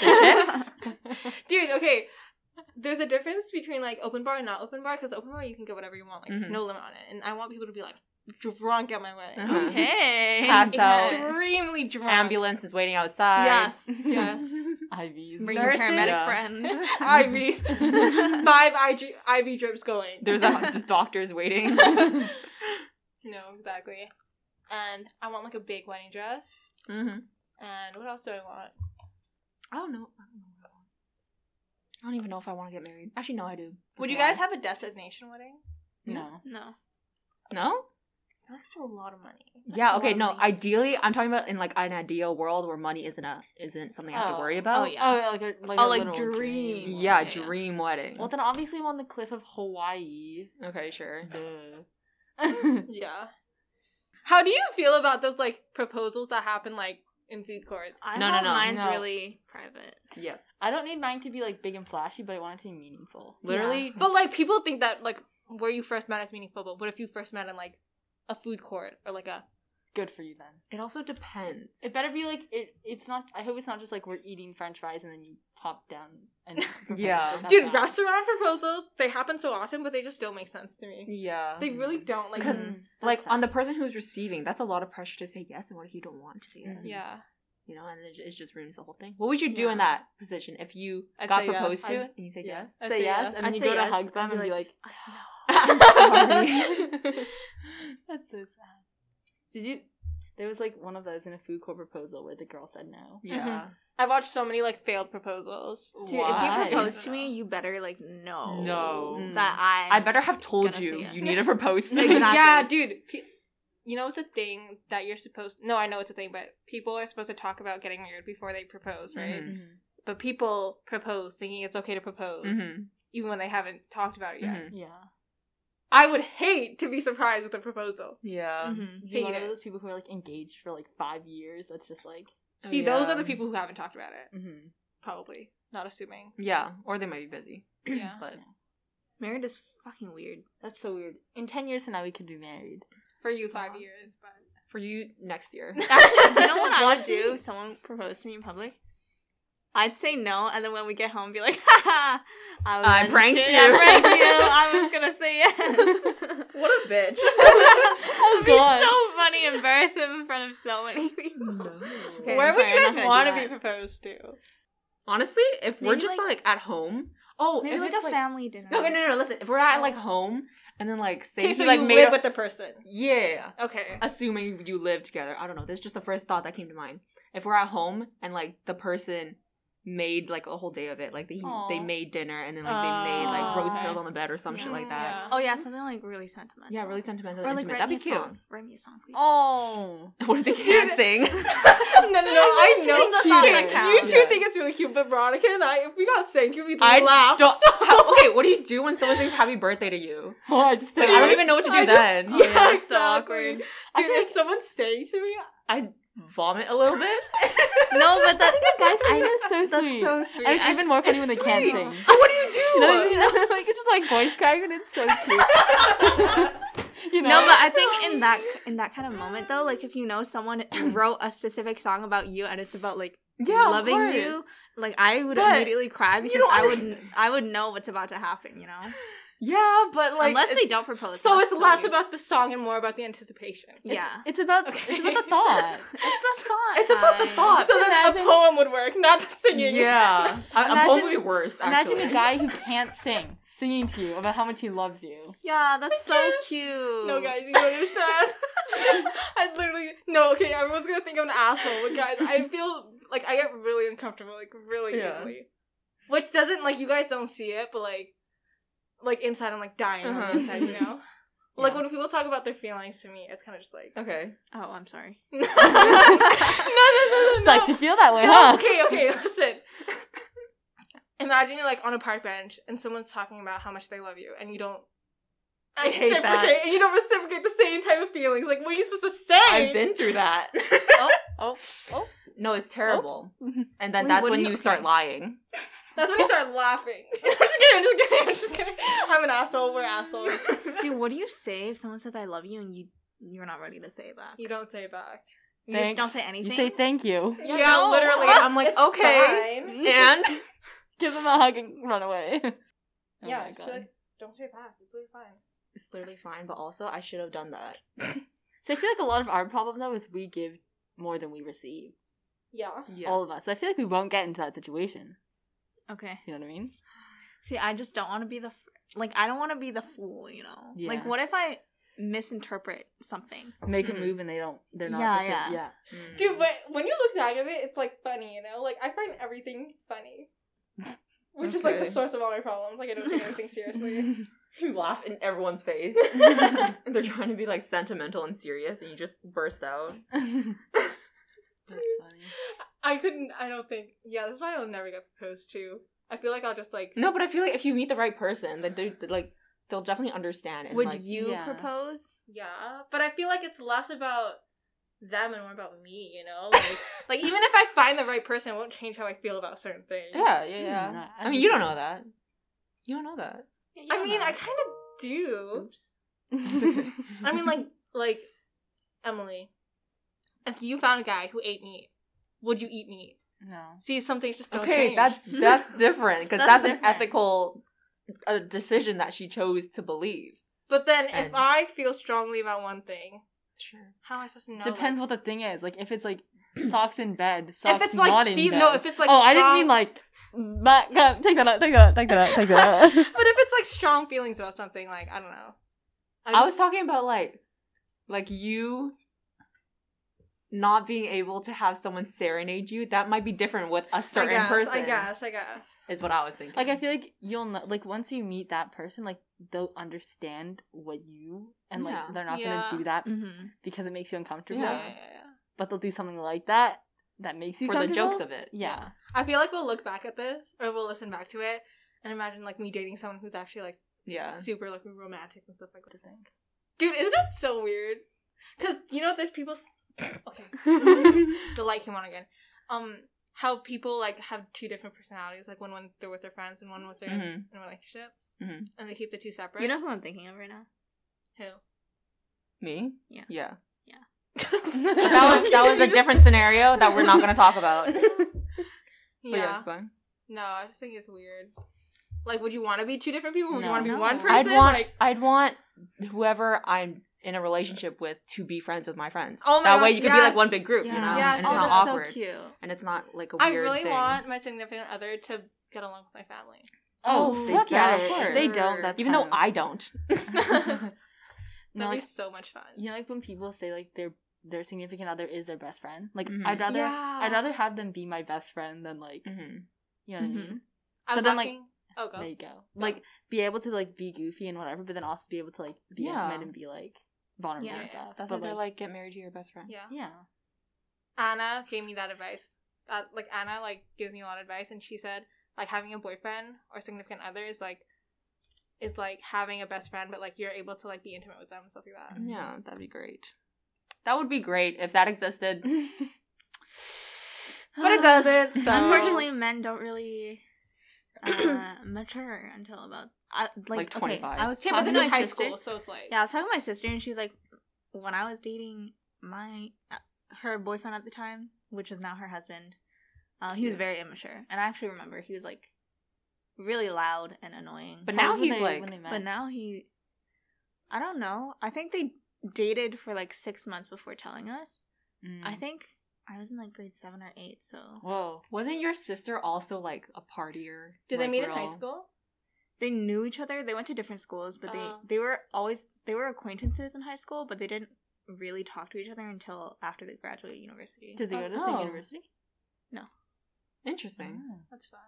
Speaker 1: The chips.
Speaker 3: Dude, okay. There's a difference between like open bar and not open bar because open bar you can get whatever you want, like
Speaker 1: Mhm.
Speaker 3: there's no limit on it. And I want people to be like, drunk at my wedding.
Speaker 1: Uh-huh.
Speaker 2: Okay.
Speaker 4: Pass out.
Speaker 3: Extremely drunk.
Speaker 1: Ambulance is waiting outside.
Speaker 3: Yes. Yes.
Speaker 4: IVs.
Speaker 2: Bring your
Speaker 3: Nurses?
Speaker 2: paramedic
Speaker 4: Yeah.
Speaker 2: friends.
Speaker 3: IVs. Five IG, IV drips going.
Speaker 1: There's a, just doctors waiting.
Speaker 3: no, exactly. And I want like a big wedding dress.
Speaker 1: mm-hmm.
Speaker 3: And what else do I want?
Speaker 1: I don't know. I don't know what I want. I don't even know if I want to get married. Actually, no, I do. That's
Speaker 3: Would
Speaker 1: a
Speaker 3: you guys
Speaker 1: lie.
Speaker 3: have a destination wedding?
Speaker 4: No.
Speaker 2: No.
Speaker 1: no?
Speaker 3: That's a lot of money.
Speaker 1: Yeah.
Speaker 3: a
Speaker 1: Okay.
Speaker 3: lot of
Speaker 1: No.
Speaker 3: money.
Speaker 1: Ideally, I'm talking about in like an ideal world where money isn't a isn't something I have to
Speaker 4: Oh.
Speaker 1: worry about.
Speaker 2: Oh, yeah.
Speaker 4: like a like
Speaker 2: Oh,
Speaker 4: a
Speaker 2: like
Speaker 4: literal
Speaker 2: dream.
Speaker 1: Yeah.
Speaker 2: Yeah.
Speaker 1: Dream wedding.
Speaker 4: Well, then obviously I'm on the cliff of Hawaii.
Speaker 1: okay. Sure.
Speaker 4: Duh.
Speaker 3: Yeah. How do you feel about those like proposals that happen like in food courts?
Speaker 2: I
Speaker 1: No, no,
Speaker 2: thought
Speaker 1: no,
Speaker 2: Mine's
Speaker 4: no.
Speaker 2: really private.
Speaker 1: Yeah.
Speaker 4: I don't need mine to be like big and flashy, but I want it to be meaningful.
Speaker 1: Literally.
Speaker 3: But like people think that like where you first met is meaningful, but what if you first met in like a food court or like a
Speaker 4: Good for you then.
Speaker 1: It also depends.
Speaker 4: It better be like it. It's not. I hope it's not just like we're eating French fries and then you pop down and
Speaker 1: Yeah.
Speaker 4: Like, that's
Speaker 3: dude
Speaker 4: not-
Speaker 3: restaurant proposals? They happen so often, but they just don't make sense to me.
Speaker 1: yeah.
Speaker 3: They really don't like.
Speaker 1: 'Cause,
Speaker 4: Mm,
Speaker 1: like
Speaker 4: that's
Speaker 1: on the
Speaker 4: sad.
Speaker 1: person who's receiving, that's a lot of pressure to say yes. And what if you don't want to say yes?
Speaker 4: Mhm.
Speaker 3: yeah,
Speaker 1: You know, and it, it just ruins the whole thing. What would you do in
Speaker 3: Yeah.
Speaker 1: that position if you
Speaker 3: I'd
Speaker 1: got
Speaker 3: say yes.
Speaker 1: proposed to
Speaker 3: I'd-
Speaker 1: and you said
Speaker 3: yeah.
Speaker 1: yes?
Speaker 3: I'd
Speaker 4: say
Speaker 3: say
Speaker 4: yes,
Speaker 3: yes.
Speaker 4: and
Speaker 2: I'd
Speaker 4: then you
Speaker 2: say
Speaker 4: go
Speaker 2: yes,
Speaker 4: to hug them
Speaker 2: I'd
Speaker 4: and
Speaker 2: be
Speaker 4: be like,
Speaker 1: I'm sorry.
Speaker 4: that's so sad. Did you? There was like one of those in a food court proposal where the girl said no.
Speaker 1: yeah.
Speaker 3: I watched so many like failed proposals.
Speaker 2: Dude,
Speaker 1: Why?
Speaker 2: if you propose to me, you better like know
Speaker 1: No.
Speaker 2: that I.
Speaker 1: Mm. I better have told
Speaker 2: Gonna
Speaker 1: you
Speaker 2: say yes.
Speaker 1: you need to propose to me.
Speaker 2: Exactly.
Speaker 3: Yeah, dude. Pe- you know it's a thing that you're supposed. No, I know it's a thing, but people are supposed to talk about getting married before they propose, right?
Speaker 4: Mm-hmm.
Speaker 1: Mhm.
Speaker 3: But people propose thinking it's okay to propose,
Speaker 1: Mhm.
Speaker 3: even when they haven't talked about it yet.
Speaker 1: Mhm.
Speaker 4: Yeah.
Speaker 3: I would hate to be surprised with a proposal.
Speaker 1: Yeah.
Speaker 2: Mhm.
Speaker 4: You're one
Speaker 3: Hate
Speaker 4: of
Speaker 3: it.
Speaker 4: those people who are like engaged for like five years. That's just like.
Speaker 1: Oh,
Speaker 3: See, those
Speaker 1: yeah.
Speaker 3: are the people who haven't talked about it.
Speaker 4: Mm-hmm.
Speaker 3: Probably not assuming.
Speaker 1: Yeah, or they might be busy.
Speaker 3: Yeah.
Speaker 1: But
Speaker 2: Married is fucking weird.
Speaker 4: That's so weird. In ten years from now, we could be married.
Speaker 3: For you, five years, but
Speaker 1: for you next year.
Speaker 2: Actually, you know what I would do if someone proposed to me in public? I'd say no, and then when we get home, be like, "Ha ha! was
Speaker 1: I
Speaker 2: just
Speaker 1: pranked
Speaker 2: kidding.
Speaker 1: you."
Speaker 2: I pranked you. I was gonna say yes."
Speaker 1: what a bitch.
Speaker 2: It would be
Speaker 4: God.
Speaker 2: so funny, embarrass him in front of so many people. Okay,
Speaker 3: where
Speaker 2: I'm
Speaker 3: would
Speaker 2: sorry,
Speaker 3: you
Speaker 2: I'm
Speaker 3: guys
Speaker 2: not gonna
Speaker 3: want to
Speaker 2: do
Speaker 3: be
Speaker 2: that.
Speaker 3: proposed to?
Speaker 1: Honestly, if we're
Speaker 2: Maybe,
Speaker 1: just
Speaker 2: like-
Speaker 1: like at home. Oh,
Speaker 2: Maybe
Speaker 1: if
Speaker 2: like
Speaker 1: it's,
Speaker 2: a family dinner.
Speaker 1: No, no, no, no. Listen, if we're at like home and then like say
Speaker 3: Okay,
Speaker 1: you
Speaker 3: so
Speaker 1: like
Speaker 3: you
Speaker 1: made
Speaker 3: live
Speaker 1: a-
Speaker 3: with the person.
Speaker 1: yeah.
Speaker 3: Okay.
Speaker 1: Assuming you live together, I don't know. That's just the first thought that came to mind. If we're at home and like the person made like a whole day of it, like they
Speaker 4: Aw.
Speaker 1: they made dinner and then like they made like rose
Speaker 4: Aw.
Speaker 1: petals on the bed or some shit like that.
Speaker 2: Oh yeah, something like really sentimental.
Speaker 1: Yeah, really sentimental,
Speaker 2: Or
Speaker 1: and
Speaker 2: like
Speaker 1: intimate.
Speaker 2: write me
Speaker 1: That'd
Speaker 2: a
Speaker 1: be cute.
Speaker 2: song. Write me a song, please.
Speaker 4: Oh.
Speaker 1: What if they can't
Speaker 3: Dude.
Speaker 1: sing?
Speaker 3: no, no, no. I
Speaker 2: think
Speaker 3: know.
Speaker 2: it's the thought
Speaker 3: Okay,
Speaker 2: that
Speaker 3: you
Speaker 2: counts.
Speaker 3: two think it's really cute, but Veronica and I, if we got sank, we'd
Speaker 1: I
Speaker 3: laugh.
Speaker 1: don't.
Speaker 3: so
Speaker 1: how- okay, what do you do when someone sings "Happy Birthday" to you?
Speaker 4: Oh, I just.
Speaker 1: Like, I don't even know what to do
Speaker 3: I just-
Speaker 1: then.
Speaker 3: yeah,
Speaker 2: Yeah, it's
Speaker 3: exactly.
Speaker 2: so awkward.
Speaker 4: I
Speaker 3: Dude,
Speaker 4: feel
Speaker 3: if
Speaker 4: like-
Speaker 3: someone sang to me,
Speaker 1: I vomit a little bit.
Speaker 2: No, but that
Speaker 4: guys think that's so
Speaker 2: that's
Speaker 4: sweet.
Speaker 2: so sweet.
Speaker 4: And it's even more funny
Speaker 1: It's
Speaker 4: when they can't
Speaker 1: sweet.
Speaker 4: sing.
Speaker 1: But what do you do?
Speaker 4: You know what I mean? like it's just like voice crack and it's so cute. you know?
Speaker 2: No, but I think in that in that kind of moment though, like if you know someone wrote a specific song about you and it's about like
Speaker 1: yeah, of
Speaker 2: loving
Speaker 1: course.
Speaker 2: you, like I would
Speaker 1: But
Speaker 2: immediately cry because
Speaker 1: don't
Speaker 2: I would
Speaker 1: understand.
Speaker 2: I would know what's about to happen, you know.
Speaker 1: Yeah, but like
Speaker 2: Unless they
Speaker 1: it's-
Speaker 2: don't propose.
Speaker 3: so
Speaker 2: Oh, that's
Speaker 3: it's less
Speaker 2: weird.
Speaker 3: about the song and more about the anticipation.
Speaker 4: it's,
Speaker 2: yeah.
Speaker 4: it's about
Speaker 3: Okay.
Speaker 4: it's about the thought.
Speaker 2: It's the thought.
Speaker 1: It's about the
Speaker 2: guys.
Speaker 1: thought.
Speaker 3: So then a
Speaker 4: Imagine-
Speaker 3: poem would work, not the singing.
Speaker 1: Yeah, a, a poem
Speaker 4: Imagine-
Speaker 1: would be worse. Actually.
Speaker 4: Imagine a guy who can't sing singing to you about how much he loves you.
Speaker 2: Yeah, that's so cute.
Speaker 3: No, guys, you don't understand. I literally no. Okay, everyone's gonna think I'm an asshole, but guys, I feel like I get really uncomfortable, like really
Speaker 1: Yeah.
Speaker 3: easily. Which doesn't like you guys don't see it, but like, like inside, I'm like dying on
Speaker 1: Uh-huh.
Speaker 3: the inside, you know. Like
Speaker 4: Yeah.
Speaker 3: when people talk about their feelings to me, it's kind of just like
Speaker 1: Okay.
Speaker 2: Oh, I'm sorry.
Speaker 3: no, no, no, no,
Speaker 4: Sucks
Speaker 3: no.
Speaker 4: to feel that way,
Speaker 3: No,
Speaker 4: huh?
Speaker 3: "Oh, okay, okay, listen. Imagine you're like on a park bench and someone's talking about how much they love you, and you don't.
Speaker 2: I hate that.
Speaker 3: reciprocate- And you don't reciprocate the same type of feelings. Like, what are you supposed to say?
Speaker 1: I've been through that.
Speaker 4: Oh, oh.
Speaker 1: no, it's terrible. And then
Speaker 2: Wait,
Speaker 1: that's
Speaker 2: what
Speaker 1: when
Speaker 2: do you-
Speaker 1: you start
Speaker 2: okay.
Speaker 1: lying.
Speaker 3: That's when you start laughing. I'm just kidding. I'm just kidding. I'm just kidding. I'm an asshole. We're assholes.
Speaker 2: Dude, what do you say if someone says I love you and you you're not ready to say it back?
Speaker 3: You don't say it back.
Speaker 2: You just
Speaker 4: Thanks.
Speaker 2: don't say anything.
Speaker 4: You say thank you.
Speaker 1: Yeah, literally. I'm like,
Speaker 3: It's
Speaker 1: okay.
Speaker 3: fine.
Speaker 1: And
Speaker 4: Give him a hug and run away. Oh
Speaker 3: yeah,
Speaker 4: my
Speaker 3: just
Speaker 4: God.
Speaker 1: Oh
Speaker 3: be like, don't say it back. It's really fine.
Speaker 1: it's literally fine, but also I should have done that.
Speaker 4: So I feel like a lot of our problem though is we give more than we receive.
Speaker 1: Yeah.
Speaker 4: All of us. So I feel like we won't get into that situation.
Speaker 2: Okay.
Speaker 4: You know what I mean?
Speaker 2: See, I just don't want to be the f- like I don't want to be the fool, you know.
Speaker 4: Yeah.
Speaker 2: Like, what if I misinterpret something?
Speaker 4: Make
Speaker 1: Mhm.
Speaker 4: a move and they don't. They're not.
Speaker 2: Yeah,
Speaker 4: the same-
Speaker 2: yeah.
Speaker 4: yeah.
Speaker 1: Dude,
Speaker 3: Dude, but when you look back at it, it's like funny, you know? Like I find everything funny. Which is like the
Speaker 4: Okay.
Speaker 3: source of all my problems. Like I don't take anything seriously.
Speaker 1: you laugh in everyone's face. They're trying to be like sentimental and serious, and you just burst out.
Speaker 4: That's funny.
Speaker 3: I couldn't I don't think yeah, this is why I'll never get proposed to. I feel like I'll just like
Speaker 1: No, but I feel like if you meet the right person, then they like they'll definitely understand. And,
Speaker 2: Would
Speaker 1: like,
Speaker 2: you
Speaker 4: yeah.
Speaker 2: propose?
Speaker 3: Yeah. But I feel like it's less about them and more about me, you know? Like like even if I find the right person, it won't change how I feel about certain things.
Speaker 1: Yeah, yeah, yeah.
Speaker 4: Hmm, no,
Speaker 1: I mean, you don't know that. You don't know that.
Speaker 3: I mean, I kind of do.
Speaker 1: okay.
Speaker 3: I mean, like, like Emily, if you found a guy who ate meat, would you eat meat?
Speaker 4: no.
Speaker 3: See, something just don't
Speaker 1: Okay,
Speaker 3: change.
Speaker 1: that's that's different because that's,
Speaker 2: That's
Speaker 1: an
Speaker 2: different.
Speaker 1: ethical uh, decision that she chose to believe.
Speaker 3: But then, if
Speaker 1: and-
Speaker 3: I feel strongly about one thing,
Speaker 1: Sure.
Speaker 3: how am I supposed to know?
Speaker 4: Depends what the thing is. Like if it's like socks in bed,
Speaker 3: Like,
Speaker 4: socks
Speaker 3: if it's
Speaker 4: not
Speaker 3: like
Speaker 4: in
Speaker 3: fe-
Speaker 4: bed.
Speaker 3: no, if it's like
Speaker 4: oh, I didn't
Speaker 3: strong-
Speaker 4: mean like. But God, take that out. Take that out. Take that out. Take that out.
Speaker 3: But if it's like strong feelings about something, like I don't know.
Speaker 1: I was talking about like, like you not being able to have someone serenade you. That might be different with a certain
Speaker 3: I guess,
Speaker 1: person.
Speaker 3: I guess. I guess.
Speaker 1: is what I was thinking.
Speaker 4: like I feel like you'll know, like once you meet that person, like they'll understand what you and like
Speaker 1: Yeah.
Speaker 4: they're not
Speaker 3: Yeah.
Speaker 4: gonna do that
Speaker 2: Mm-hmm.
Speaker 4: because it makes you uncomfortable.
Speaker 1: Yeah.
Speaker 3: Yeah, yeah, yeah.
Speaker 4: But they'll do something like that that makes you
Speaker 1: for the jokes
Speaker 4: comfortable.
Speaker 1: of it.
Speaker 4: Yeah.
Speaker 3: I feel like we'll look back at this, or we'll listen back to it, and imagine like me dating someone who's actually like
Speaker 1: Yeah.
Speaker 3: super like romantic and stuff like that. Dude, isn't that so weird? Cause you know there's people. s- Okay, the light came on again. Um, how people like have two different personalities. Like when one they're with their friends and one with their
Speaker 1: Mhm.
Speaker 3: in a relationship,
Speaker 1: Mhm.
Speaker 3: and they keep the two separate.
Speaker 2: You know who I'm thinking of right now?
Speaker 3: who?
Speaker 1: Me?
Speaker 2: Yeah.
Speaker 1: Yeah. But
Speaker 4: that
Speaker 1: that was that was a different scenario that we're not gonna talk about. But
Speaker 3: Yeah.
Speaker 1: go on.
Speaker 3: No, I just think it's weird. Like, would you want to be two different people? Would you
Speaker 4: No.
Speaker 3: want to be
Speaker 2: No.
Speaker 3: one
Speaker 2: I'd
Speaker 3: person?
Speaker 1: I'd want
Speaker 3: Like,
Speaker 1: I'd want whoever I'm in a relationship with to be friends with my friends.
Speaker 3: Oh my
Speaker 1: that way
Speaker 3: gosh,
Speaker 1: you could be like
Speaker 3: yes.
Speaker 1: one big group, you know?
Speaker 3: Yes.
Speaker 1: And
Speaker 3: Oh,
Speaker 1: it's not
Speaker 3: that's
Speaker 1: awkward.
Speaker 2: so cute.
Speaker 1: And it's not like a
Speaker 3: I
Speaker 1: weird
Speaker 3: really
Speaker 1: thing.
Speaker 3: want my significant other to get along with my family.
Speaker 4: Oh,
Speaker 2: Oh,
Speaker 4: they
Speaker 2: fuck
Speaker 4: get
Speaker 1: yeah,
Speaker 4: it.
Speaker 1: of
Speaker 4: If They
Speaker 2: course.
Speaker 4: don't. That's
Speaker 1: Even though
Speaker 4: kind of-
Speaker 1: I don't. Mm-hmm.
Speaker 3: That'd
Speaker 4: no, like,
Speaker 3: be so much fun.
Speaker 4: you know, like when people say like their their significant other is their best friend. Like
Speaker 1: Mhm.
Speaker 4: I'd rather
Speaker 3: Yeah.
Speaker 4: I'd rather have them be my best friend than like
Speaker 1: Mhm.
Speaker 4: you know what I
Speaker 2: Mhm.
Speaker 4: mean.
Speaker 3: I
Speaker 4: but
Speaker 3: was
Speaker 4: then, like,
Speaker 3: talking. Oh, go.
Speaker 4: There you go. Like be able to like be goofy and whatever, but then also be able to like be
Speaker 1: Yeah.
Speaker 4: intimate and be like vulnerable
Speaker 2: Yeah.
Speaker 4: and stuff.
Speaker 1: That's why
Speaker 4: but,
Speaker 1: they're like get married to your best friend.
Speaker 3: Yeah.
Speaker 4: yeah.
Speaker 3: Anna gave me that advice. Uh, like Anna like gives me a lot of advice, and she said like having a boyfriend or significant other is like is like having a best friend, but like you're able to like be intimate with them and stuff like that.
Speaker 1: Mm-hmm. Yeah, that'd be great. That would be great if that existed. but it doesn't. So.
Speaker 2: Unfortunately, men don't really uh, mature until about I like,
Speaker 1: Like 25.
Speaker 2: Okay, I was
Speaker 3: Yeah,
Speaker 2: talking
Speaker 3: but this
Speaker 2: to
Speaker 3: is
Speaker 2: my
Speaker 3: high
Speaker 2: sister.
Speaker 3: school, so it's like
Speaker 2: Yeah, I was talking to my sister, and she was like, when I was dating my uh, her boyfriend at the time, which is now her husband, uh, he was very immature, and I actually remember he was like really loud and annoying.
Speaker 1: But
Speaker 4: How
Speaker 1: now
Speaker 4: old were
Speaker 1: he's
Speaker 4: they
Speaker 1: like-
Speaker 4: when they met?
Speaker 2: but now he, I don't know. I think they dated for like six months before telling us.
Speaker 4: Mm.
Speaker 2: I think I was in like grade seven or eight, so
Speaker 4: Whoa.
Speaker 1: Wasn't your sister also like a partier?
Speaker 3: Did
Speaker 1: like,
Speaker 3: they meet in
Speaker 1: girl?
Speaker 3: high school?
Speaker 2: they knew each other. They went to different schools, but
Speaker 3: Oh.
Speaker 2: they they were always they were acquaintances in high school, but they didn't really talk to each other until after they graduated university.
Speaker 4: Did they go to the same
Speaker 1: Oh.
Speaker 4: university?
Speaker 1: Interesting.
Speaker 4: Oh,
Speaker 3: That's fun.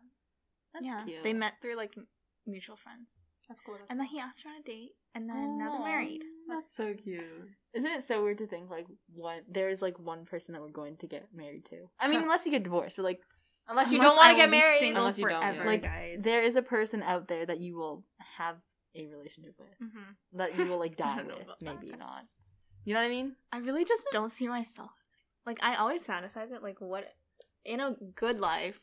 Speaker 4: that's
Speaker 2: yeah,
Speaker 4: cute.
Speaker 2: they met through like m- mutual friends,
Speaker 3: That's cool. That's
Speaker 2: and then he asked her on a date, and then now they're married.
Speaker 1: That's so cute.
Speaker 4: Isn't it so weird to think like one there's like one person that we're going to get married to? I mean, unless you get divorced, but like
Speaker 3: unless you
Speaker 2: Unless
Speaker 3: don't want
Speaker 2: I
Speaker 3: to get
Speaker 2: will be
Speaker 3: married.
Speaker 2: single
Speaker 1: Unless you don't,
Speaker 2: forever,
Speaker 1: yeah.
Speaker 4: Like,
Speaker 2: guys.
Speaker 4: there is a person out there that you will have a relationship with
Speaker 3: Mm-hmm.
Speaker 4: that you will like
Speaker 3: I
Speaker 4: die
Speaker 3: don't know
Speaker 4: with,
Speaker 3: about that.
Speaker 4: maybe not. You know what I mean?
Speaker 2: I really just don't see myself. Like I always fantasize it. Like what in a good life.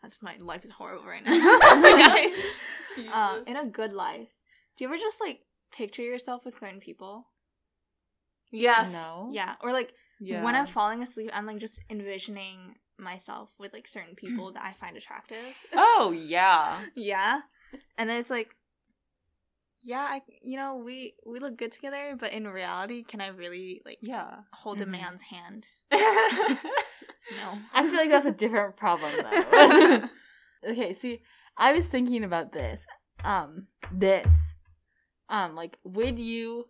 Speaker 2: That's my life is horrible right now, guys. Uh, in a good life, do you ever just like picture yourself with certain people?
Speaker 3: yes.
Speaker 4: No.
Speaker 2: Yeah, or like
Speaker 1: Yeah.
Speaker 2: when I'm falling asleep, I'm like just envisioning myself with like certain people that I find attractive.
Speaker 1: oh yeah.
Speaker 2: yeah, and then it's like, yeah, I, you know, we we look good together, but in reality, can I really like
Speaker 4: Yeah.
Speaker 2: hold
Speaker 1: Mhm.
Speaker 2: a man's hand? No.
Speaker 4: I feel like that's a different problem though. okay, see, I was thinking about this. Um, this. Um, like, would you.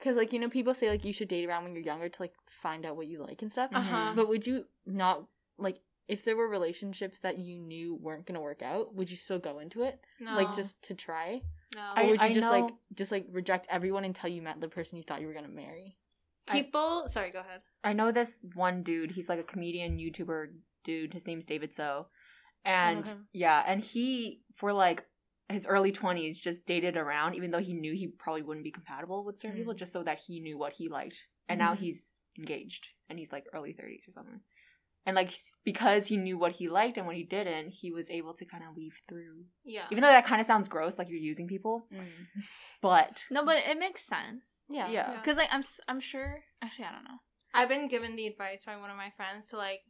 Speaker 4: Because, like, you know, people say, like, you should date around when you're younger to, like, find out what you like and stuff.
Speaker 1: Mm-hmm.
Speaker 3: Uh-huh.
Speaker 4: But would you not, like, if there were relationships that you knew weren't going to work out, would you still go into it?
Speaker 3: No.
Speaker 4: Like, just to try?
Speaker 3: no.
Speaker 4: Or Or would you I just, like, know- just, like, reject everyone until you met the person you thought you were going to marry?
Speaker 3: people. sorry, go ahead.
Speaker 1: I know this one dude. He's like a comedian, YouTuber dude. His name's David So, and
Speaker 3: him.
Speaker 1: yeah, and he for like his early twenties just dated around, even though he knew he probably wouldn't be compatible with
Speaker 3: Mm.
Speaker 1: certain people, just so that he knew what he liked. And now
Speaker 4: Mhm.
Speaker 3: Mm-hmm.
Speaker 1: he's engaged, and he's like early thirties or something. And like s- because he knew what he liked and what he didn't, he was able to kind of weave through.
Speaker 3: Yeah.
Speaker 1: Even though that kind of sounds gross, like you're using people, but
Speaker 2: No, but it makes sense.
Speaker 4: Yeah.
Speaker 1: yeah.
Speaker 3: Yeah.
Speaker 2: Cause like I'm s- I'm sure. Actually, I don't know.
Speaker 3: I've been given the advice by one of my friends to like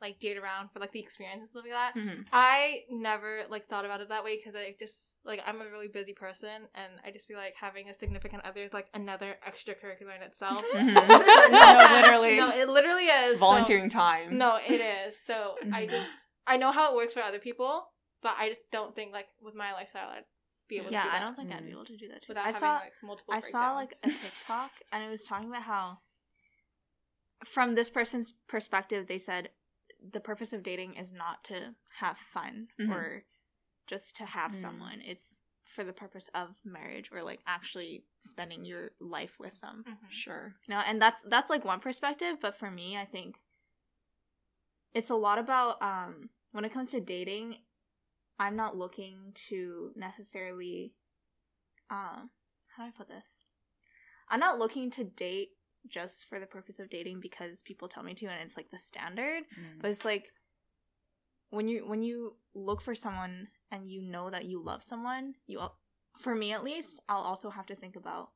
Speaker 3: like date around for like the experience and stuff like that.
Speaker 1: Mhm.
Speaker 3: I never like thought about it that way because I just like I'm a really busy person and I just feel like having a significant other is like another extracurricular in itself.
Speaker 1: Mhm. No, literally.
Speaker 3: No, it literally is so-
Speaker 1: volunteering time.
Speaker 3: no, it is. So I
Speaker 1: Mhm.
Speaker 3: just I know how it works for other people, but I just don't think like with my lifestyle I'd be able
Speaker 2: yeah,
Speaker 3: to do
Speaker 2: I
Speaker 3: that
Speaker 2: don't think I'd
Speaker 1: Mm.
Speaker 2: be able to do that. Too.
Speaker 3: without
Speaker 2: I
Speaker 3: having
Speaker 2: saw
Speaker 3: like multiple
Speaker 2: I saw like a
Speaker 3: breakdowns.
Speaker 2: TikTok and it was talking about how from this person's perspective they said the purpose of dating is not to have fun
Speaker 1: Mhm.
Speaker 2: or just to have
Speaker 4: Mm-hmm. Mm.
Speaker 2: someone. It's for the purpose of marriage or like actually spending your life with them.
Speaker 3: Mhm.
Speaker 1: sure.
Speaker 2: You know, and that's that's like one perspective, but for me, I think it's a lot about um when it comes to dating, I'm not looking to necessarily um how do I put this? I'm not looking to date just for the purpose of dating because people tell me to and it's like the standard,
Speaker 1: Mm-hmm.
Speaker 2: but it's like when you when you look for someone and you know that you love someone, you al- for me at least, I'll also have to think about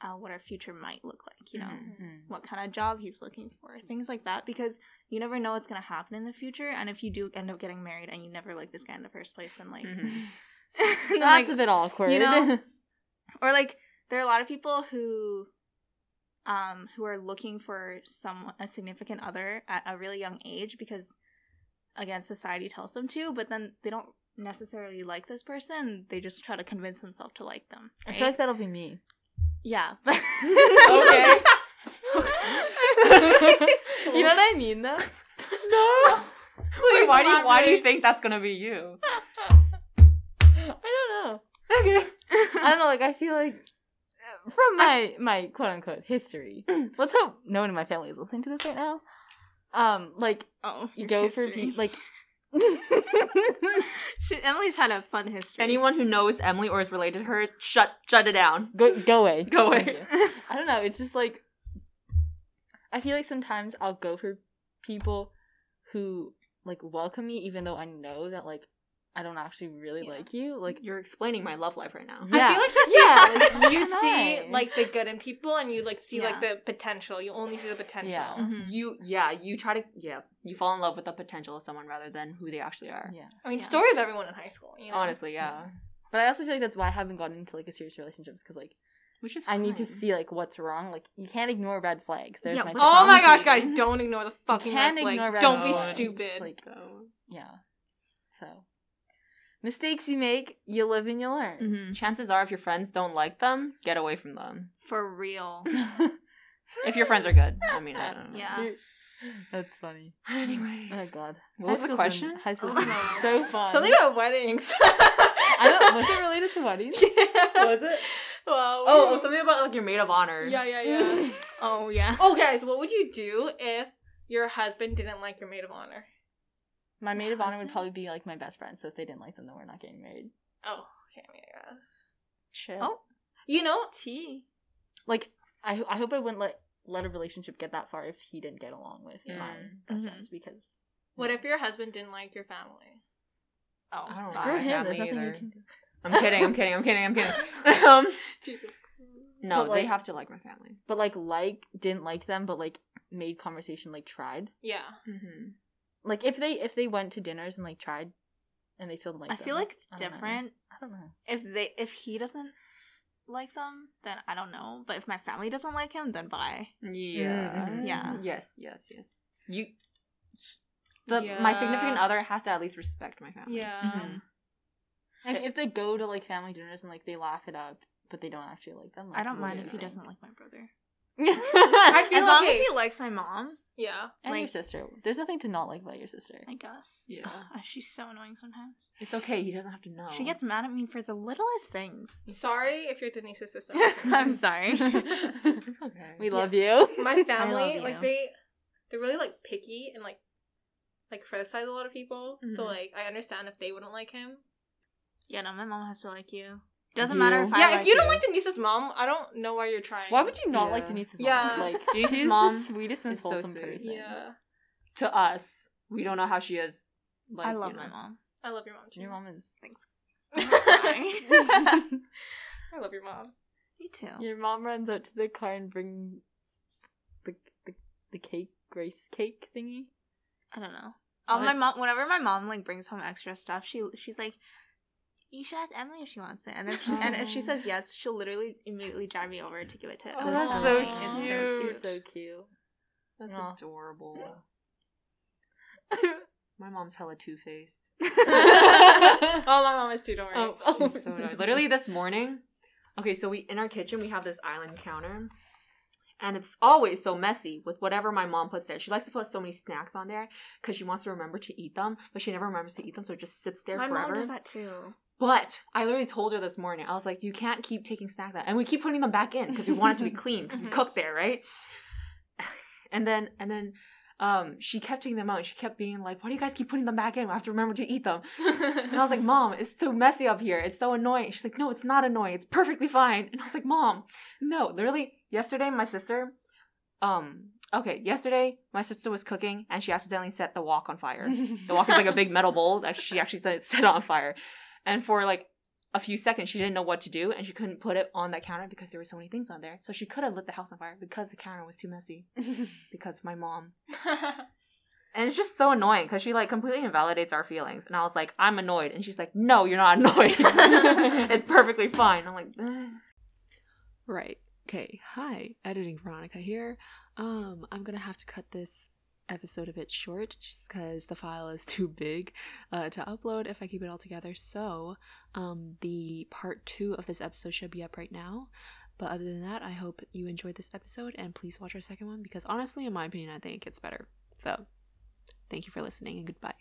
Speaker 2: uh, what our future might look like, you know
Speaker 1: Mm-hmm.
Speaker 2: what kind of job he's looking for, things like that, because you never know what's gonna happen in the future. And if you do end up getting married and you never like this guy in the first place, then like,
Speaker 1: Mhm.
Speaker 2: then,
Speaker 4: That's a
Speaker 2: like-
Speaker 4: bit awkward.
Speaker 2: you know, or like there are a lot of people who, um, who are looking for some a significant other at a really young age because, again, society tells them to, but then they don't necessarily like this person. They just try to convince themselves to like them.
Speaker 4: I
Speaker 2: right?
Speaker 4: feel like that'll be me.
Speaker 2: yeah, but
Speaker 1: Okay.
Speaker 4: you know what I mean though?
Speaker 1: No. Wait, why do you why do you
Speaker 3: elaborate.
Speaker 1: think that's gonna be you?
Speaker 4: I don't know.
Speaker 1: Okay.
Speaker 4: I don't know, like I feel like
Speaker 3: Uh,
Speaker 4: from my my quote unquote history.
Speaker 3: Mm.
Speaker 4: Let's hope no one in my family is listening to this right now. Um, like
Speaker 2: oh,
Speaker 4: you
Speaker 2: your
Speaker 4: go for
Speaker 2: history.
Speaker 4: pe- like
Speaker 2: She, Emily's had a fun history.
Speaker 1: Anyone who knows Emily or is related to her, shut shut it down.
Speaker 4: go go away.
Speaker 1: Go
Speaker 4: Thank
Speaker 1: away.
Speaker 4: you. I don't know, it's just like I feel like sometimes I'll go for people who like welcome me even though I know that like I don't actually really
Speaker 3: Yeah.
Speaker 4: like you. Like
Speaker 1: You're explaining my love life right now.
Speaker 4: Yeah.
Speaker 3: I feel like you see,
Speaker 4: Yeah, like,
Speaker 3: you
Speaker 4: why
Speaker 3: see
Speaker 4: not?
Speaker 3: like the good in people, and you like see like
Speaker 2: Yeah.
Speaker 3: the potential. You only see the potential.
Speaker 4: Yeah.
Speaker 2: Mhm.
Speaker 1: You yeah, you try to yeah, you fall in love with the potential of someone rather than who they actually are.
Speaker 4: yeah.
Speaker 3: I mean,
Speaker 2: Yeah.
Speaker 3: story of everyone in high school. You know?
Speaker 1: Honestly, yeah.
Speaker 4: But I also feel like that's why I haven't gotten into like a serious relationships because like
Speaker 1: Which is
Speaker 4: I need to
Speaker 1: fine.
Speaker 4: see like what's wrong. Like you can't ignore red flags. There's
Speaker 1: Yeah,
Speaker 4: my
Speaker 1: what's
Speaker 4: top
Speaker 3: Oh my gosh,
Speaker 4: three.
Speaker 3: guys! Don't ignore the fucking
Speaker 4: can't
Speaker 3: red flags.
Speaker 4: ignore red
Speaker 3: Don't be
Speaker 1: flags.
Speaker 3: stupid.
Speaker 4: Like-
Speaker 1: So,
Speaker 4: Yeah. So mistakes you make, you live and you learn.
Speaker 2: Mhm.
Speaker 1: chances are if your friends don't like them, get away from them.
Speaker 2: For real.
Speaker 3: Mm-hmm.
Speaker 1: if your friends are good. I mean, I don't know.
Speaker 2: Yeah.
Speaker 4: That's funny.
Speaker 1: Anyways.
Speaker 4: Oh god.
Speaker 1: What was
Speaker 4: High
Speaker 1: the
Speaker 4: school's
Speaker 1: question?
Speaker 4: been- high school
Speaker 3: Oh,
Speaker 4: oh,
Speaker 3: no.
Speaker 4: so fun.
Speaker 3: Something about weddings.
Speaker 4: I
Speaker 3: I
Speaker 4: don't was it related to weddings?
Speaker 1: was it?
Speaker 3: Wow.
Speaker 1: Oh, oh, something about like your maid of honor.
Speaker 3: Yeah, yeah, yeah.
Speaker 2: Oh yeah.
Speaker 3: oh, guys, what would you do if your husband didn't like your maid of honor?
Speaker 4: My maid of honor
Speaker 2: How's
Speaker 4: would
Speaker 2: it?
Speaker 4: probably be like my best friend, so if they didn't like them then we're not getting married.
Speaker 3: Oh, okay, I mean, I guess.
Speaker 4: Shit.
Speaker 2: Oh.
Speaker 3: You know,
Speaker 2: T.
Speaker 4: Like I ho- I hope I wouldn't let let a relationship get that far if he didn't get along with my
Speaker 1: Mm.
Speaker 4: best
Speaker 2: Mhm.
Speaker 4: friends because
Speaker 3: Mm-hmm. what
Speaker 4: no.
Speaker 3: if your husband didn't like your family?
Speaker 2: Oh,
Speaker 1: I don't
Speaker 4: Screw
Speaker 1: like
Speaker 4: him.
Speaker 1: that
Speaker 4: There's
Speaker 1: me
Speaker 4: nothing you
Speaker 1: either.
Speaker 4: can do.
Speaker 1: I'm kidding. I'm kidding. I'm kidding. I'm kidding. um,
Speaker 3: Jesus Christ.
Speaker 1: no,
Speaker 4: But, like-
Speaker 1: they have to like my family.
Speaker 4: But like, like didn't like them, but like made conversation. Like tried.
Speaker 3: Yeah.
Speaker 1: Mm-hmm.
Speaker 4: Like if they if they went to dinners and like tried, and they still didn't like.
Speaker 2: I
Speaker 4: them,
Speaker 2: feel like it's
Speaker 4: I don't know.
Speaker 2: different
Speaker 4: I don't know.
Speaker 2: if they if he doesn't like them, then I don't know. But if my family doesn't like him, then bye.
Speaker 1: Mm-hmm. Yeah.
Speaker 4: mhm.
Speaker 2: Yeah.
Speaker 1: Yes, yes, yes. You the my significant
Speaker 3: Yeah.
Speaker 1: other has to at least respect my family.
Speaker 3: Yeah.
Speaker 4: Mhm. Like if they go to like family dinners and like they laugh it up, but they don't actually like them. Like,
Speaker 2: I don't
Speaker 4: what
Speaker 2: mind
Speaker 4: do
Speaker 2: if
Speaker 4: you
Speaker 2: he
Speaker 4: think?
Speaker 2: doesn't like my brother.
Speaker 3: I feel
Speaker 2: As long
Speaker 3: okay.
Speaker 2: as he likes my mom,
Speaker 3: Yeah.
Speaker 4: and your
Speaker 2: like-
Speaker 4: sister. There's nothing to not like about your sister.
Speaker 2: I guess.
Speaker 1: Yeah.
Speaker 2: Ugh, she's so annoying sometimes.
Speaker 1: It's okay. He doesn't have to know.
Speaker 2: She gets mad at me for the littlest things.
Speaker 3: Sorry if you're Denise's sister.
Speaker 2: I'm sorry.
Speaker 1: it's okay.
Speaker 4: we
Speaker 3: Yeah.
Speaker 4: love you.
Speaker 3: My family,
Speaker 2: you.
Speaker 3: like they, they're really like picky and like, like criticize a lot of people. So
Speaker 2: Mhm.
Speaker 3: like, I understand if they wouldn't like him.
Speaker 2: yeah, no, my mom has to like you. Doesn't
Speaker 4: You.
Speaker 2: matter if I
Speaker 3: yeah,
Speaker 2: like
Speaker 3: if you don't like Denise's mom, I don't know why you're trying.
Speaker 4: Why would you not like
Speaker 1: Yeah.
Speaker 4: Denise's
Speaker 3: Yeah.
Speaker 4: mom? Like
Speaker 2: Denise's
Speaker 4: she's
Speaker 2: mom
Speaker 4: the sweetest, most
Speaker 1: is so
Speaker 4: wholesome
Speaker 1: sweet.
Speaker 4: person.
Speaker 3: Yeah,
Speaker 1: to us, we don't know how she is. Like
Speaker 2: I love
Speaker 1: you know.
Speaker 2: my mom.
Speaker 3: I love your mom too.
Speaker 4: Your mom is.
Speaker 3: I love your mom.
Speaker 2: Me too.
Speaker 4: Your mom runs out to the car and bring the the, the cake, Grace cake thingy.
Speaker 2: I don't know. Oh, my
Speaker 4: What?
Speaker 2: mom. Whenever my mom like brings home extra stuff, she she's like, "You should ask Emily if she wants it." And if she, and if she
Speaker 4: Oh.
Speaker 2: says yes, she'll literally immediately drive me over to give it to.
Speaker 3: Oh,
Speaker 2: Emily.
Speaker 3: that's
Speaker 2: It's
Speaker 3: so
Speaker 2: annoying.
Speaker 3: cute.
Speaker 4: She's so cute.
Speaker 1: That's
Speaker 4: Aw.
Speaker 1: adorable. My mom's hella two faced.
Speaker 3: Oh, my mom is too. Don't worry.
Speaker 4: Oh, oh.
Speaker 1: She's so annoying. Literally this morning. Okay, so we in our kitchen we have this island counter, and it's always so messy with whatever my mom puts there. She likes to put so many snacks on there because she wants to remember to eat them, but she never remembers to eat them, so it just sits there
Speaker 2: My
Speaker 1: forever.
Speaker 2: mom does that too.
Speaker 1: But I literally told her this morning, I was like, you can't keep taking snacks out. And we keep putting them back in because we want it to be clean because we
Speaker 2: Mm-hmm.
Speaker 3: Mhm.
Speaker 1: cook there, right? And then, and then, um, she kept taking them out. and She kept being like, why do you guys keep putting them back in? I have to remember to eat them. And I was like, mom, it's so messy up here. It's so annoying. She's like, no, it's not annoying. It's perfectly fine. And I was like, mom, no. Literally, yesterday, my sister, um, okay, yesterday, my sister was cooking and she accidentally set the wok on fire. The walk is like a big metal bowl that she actually set, set on fire. And for like a few seconds, she didn't know what to do and she couldn't put it on that counter because there were so many things on there. So she could have lit the house on fire because the counter was too messy because my mom. And it's just so annoying because she like completely invalidates our feelings. And I was like, I'm annoyed. And she's like, No, you're not annoyed. it's perfectly fine. I'm like, "Eh."
Speaker 5: Right. Okay. Hi, editing Veronica here. Um, I'm gonna have to cut this episode a bit short just because the file is too big uh, to upload if I keep it all together. So, um, the part two of this episode should be up right now. But other than that, I hope you enjoyed this episode and please watch our second one because honestly, in my opinion, I think it gets better. So, thank you for listening and goodbye.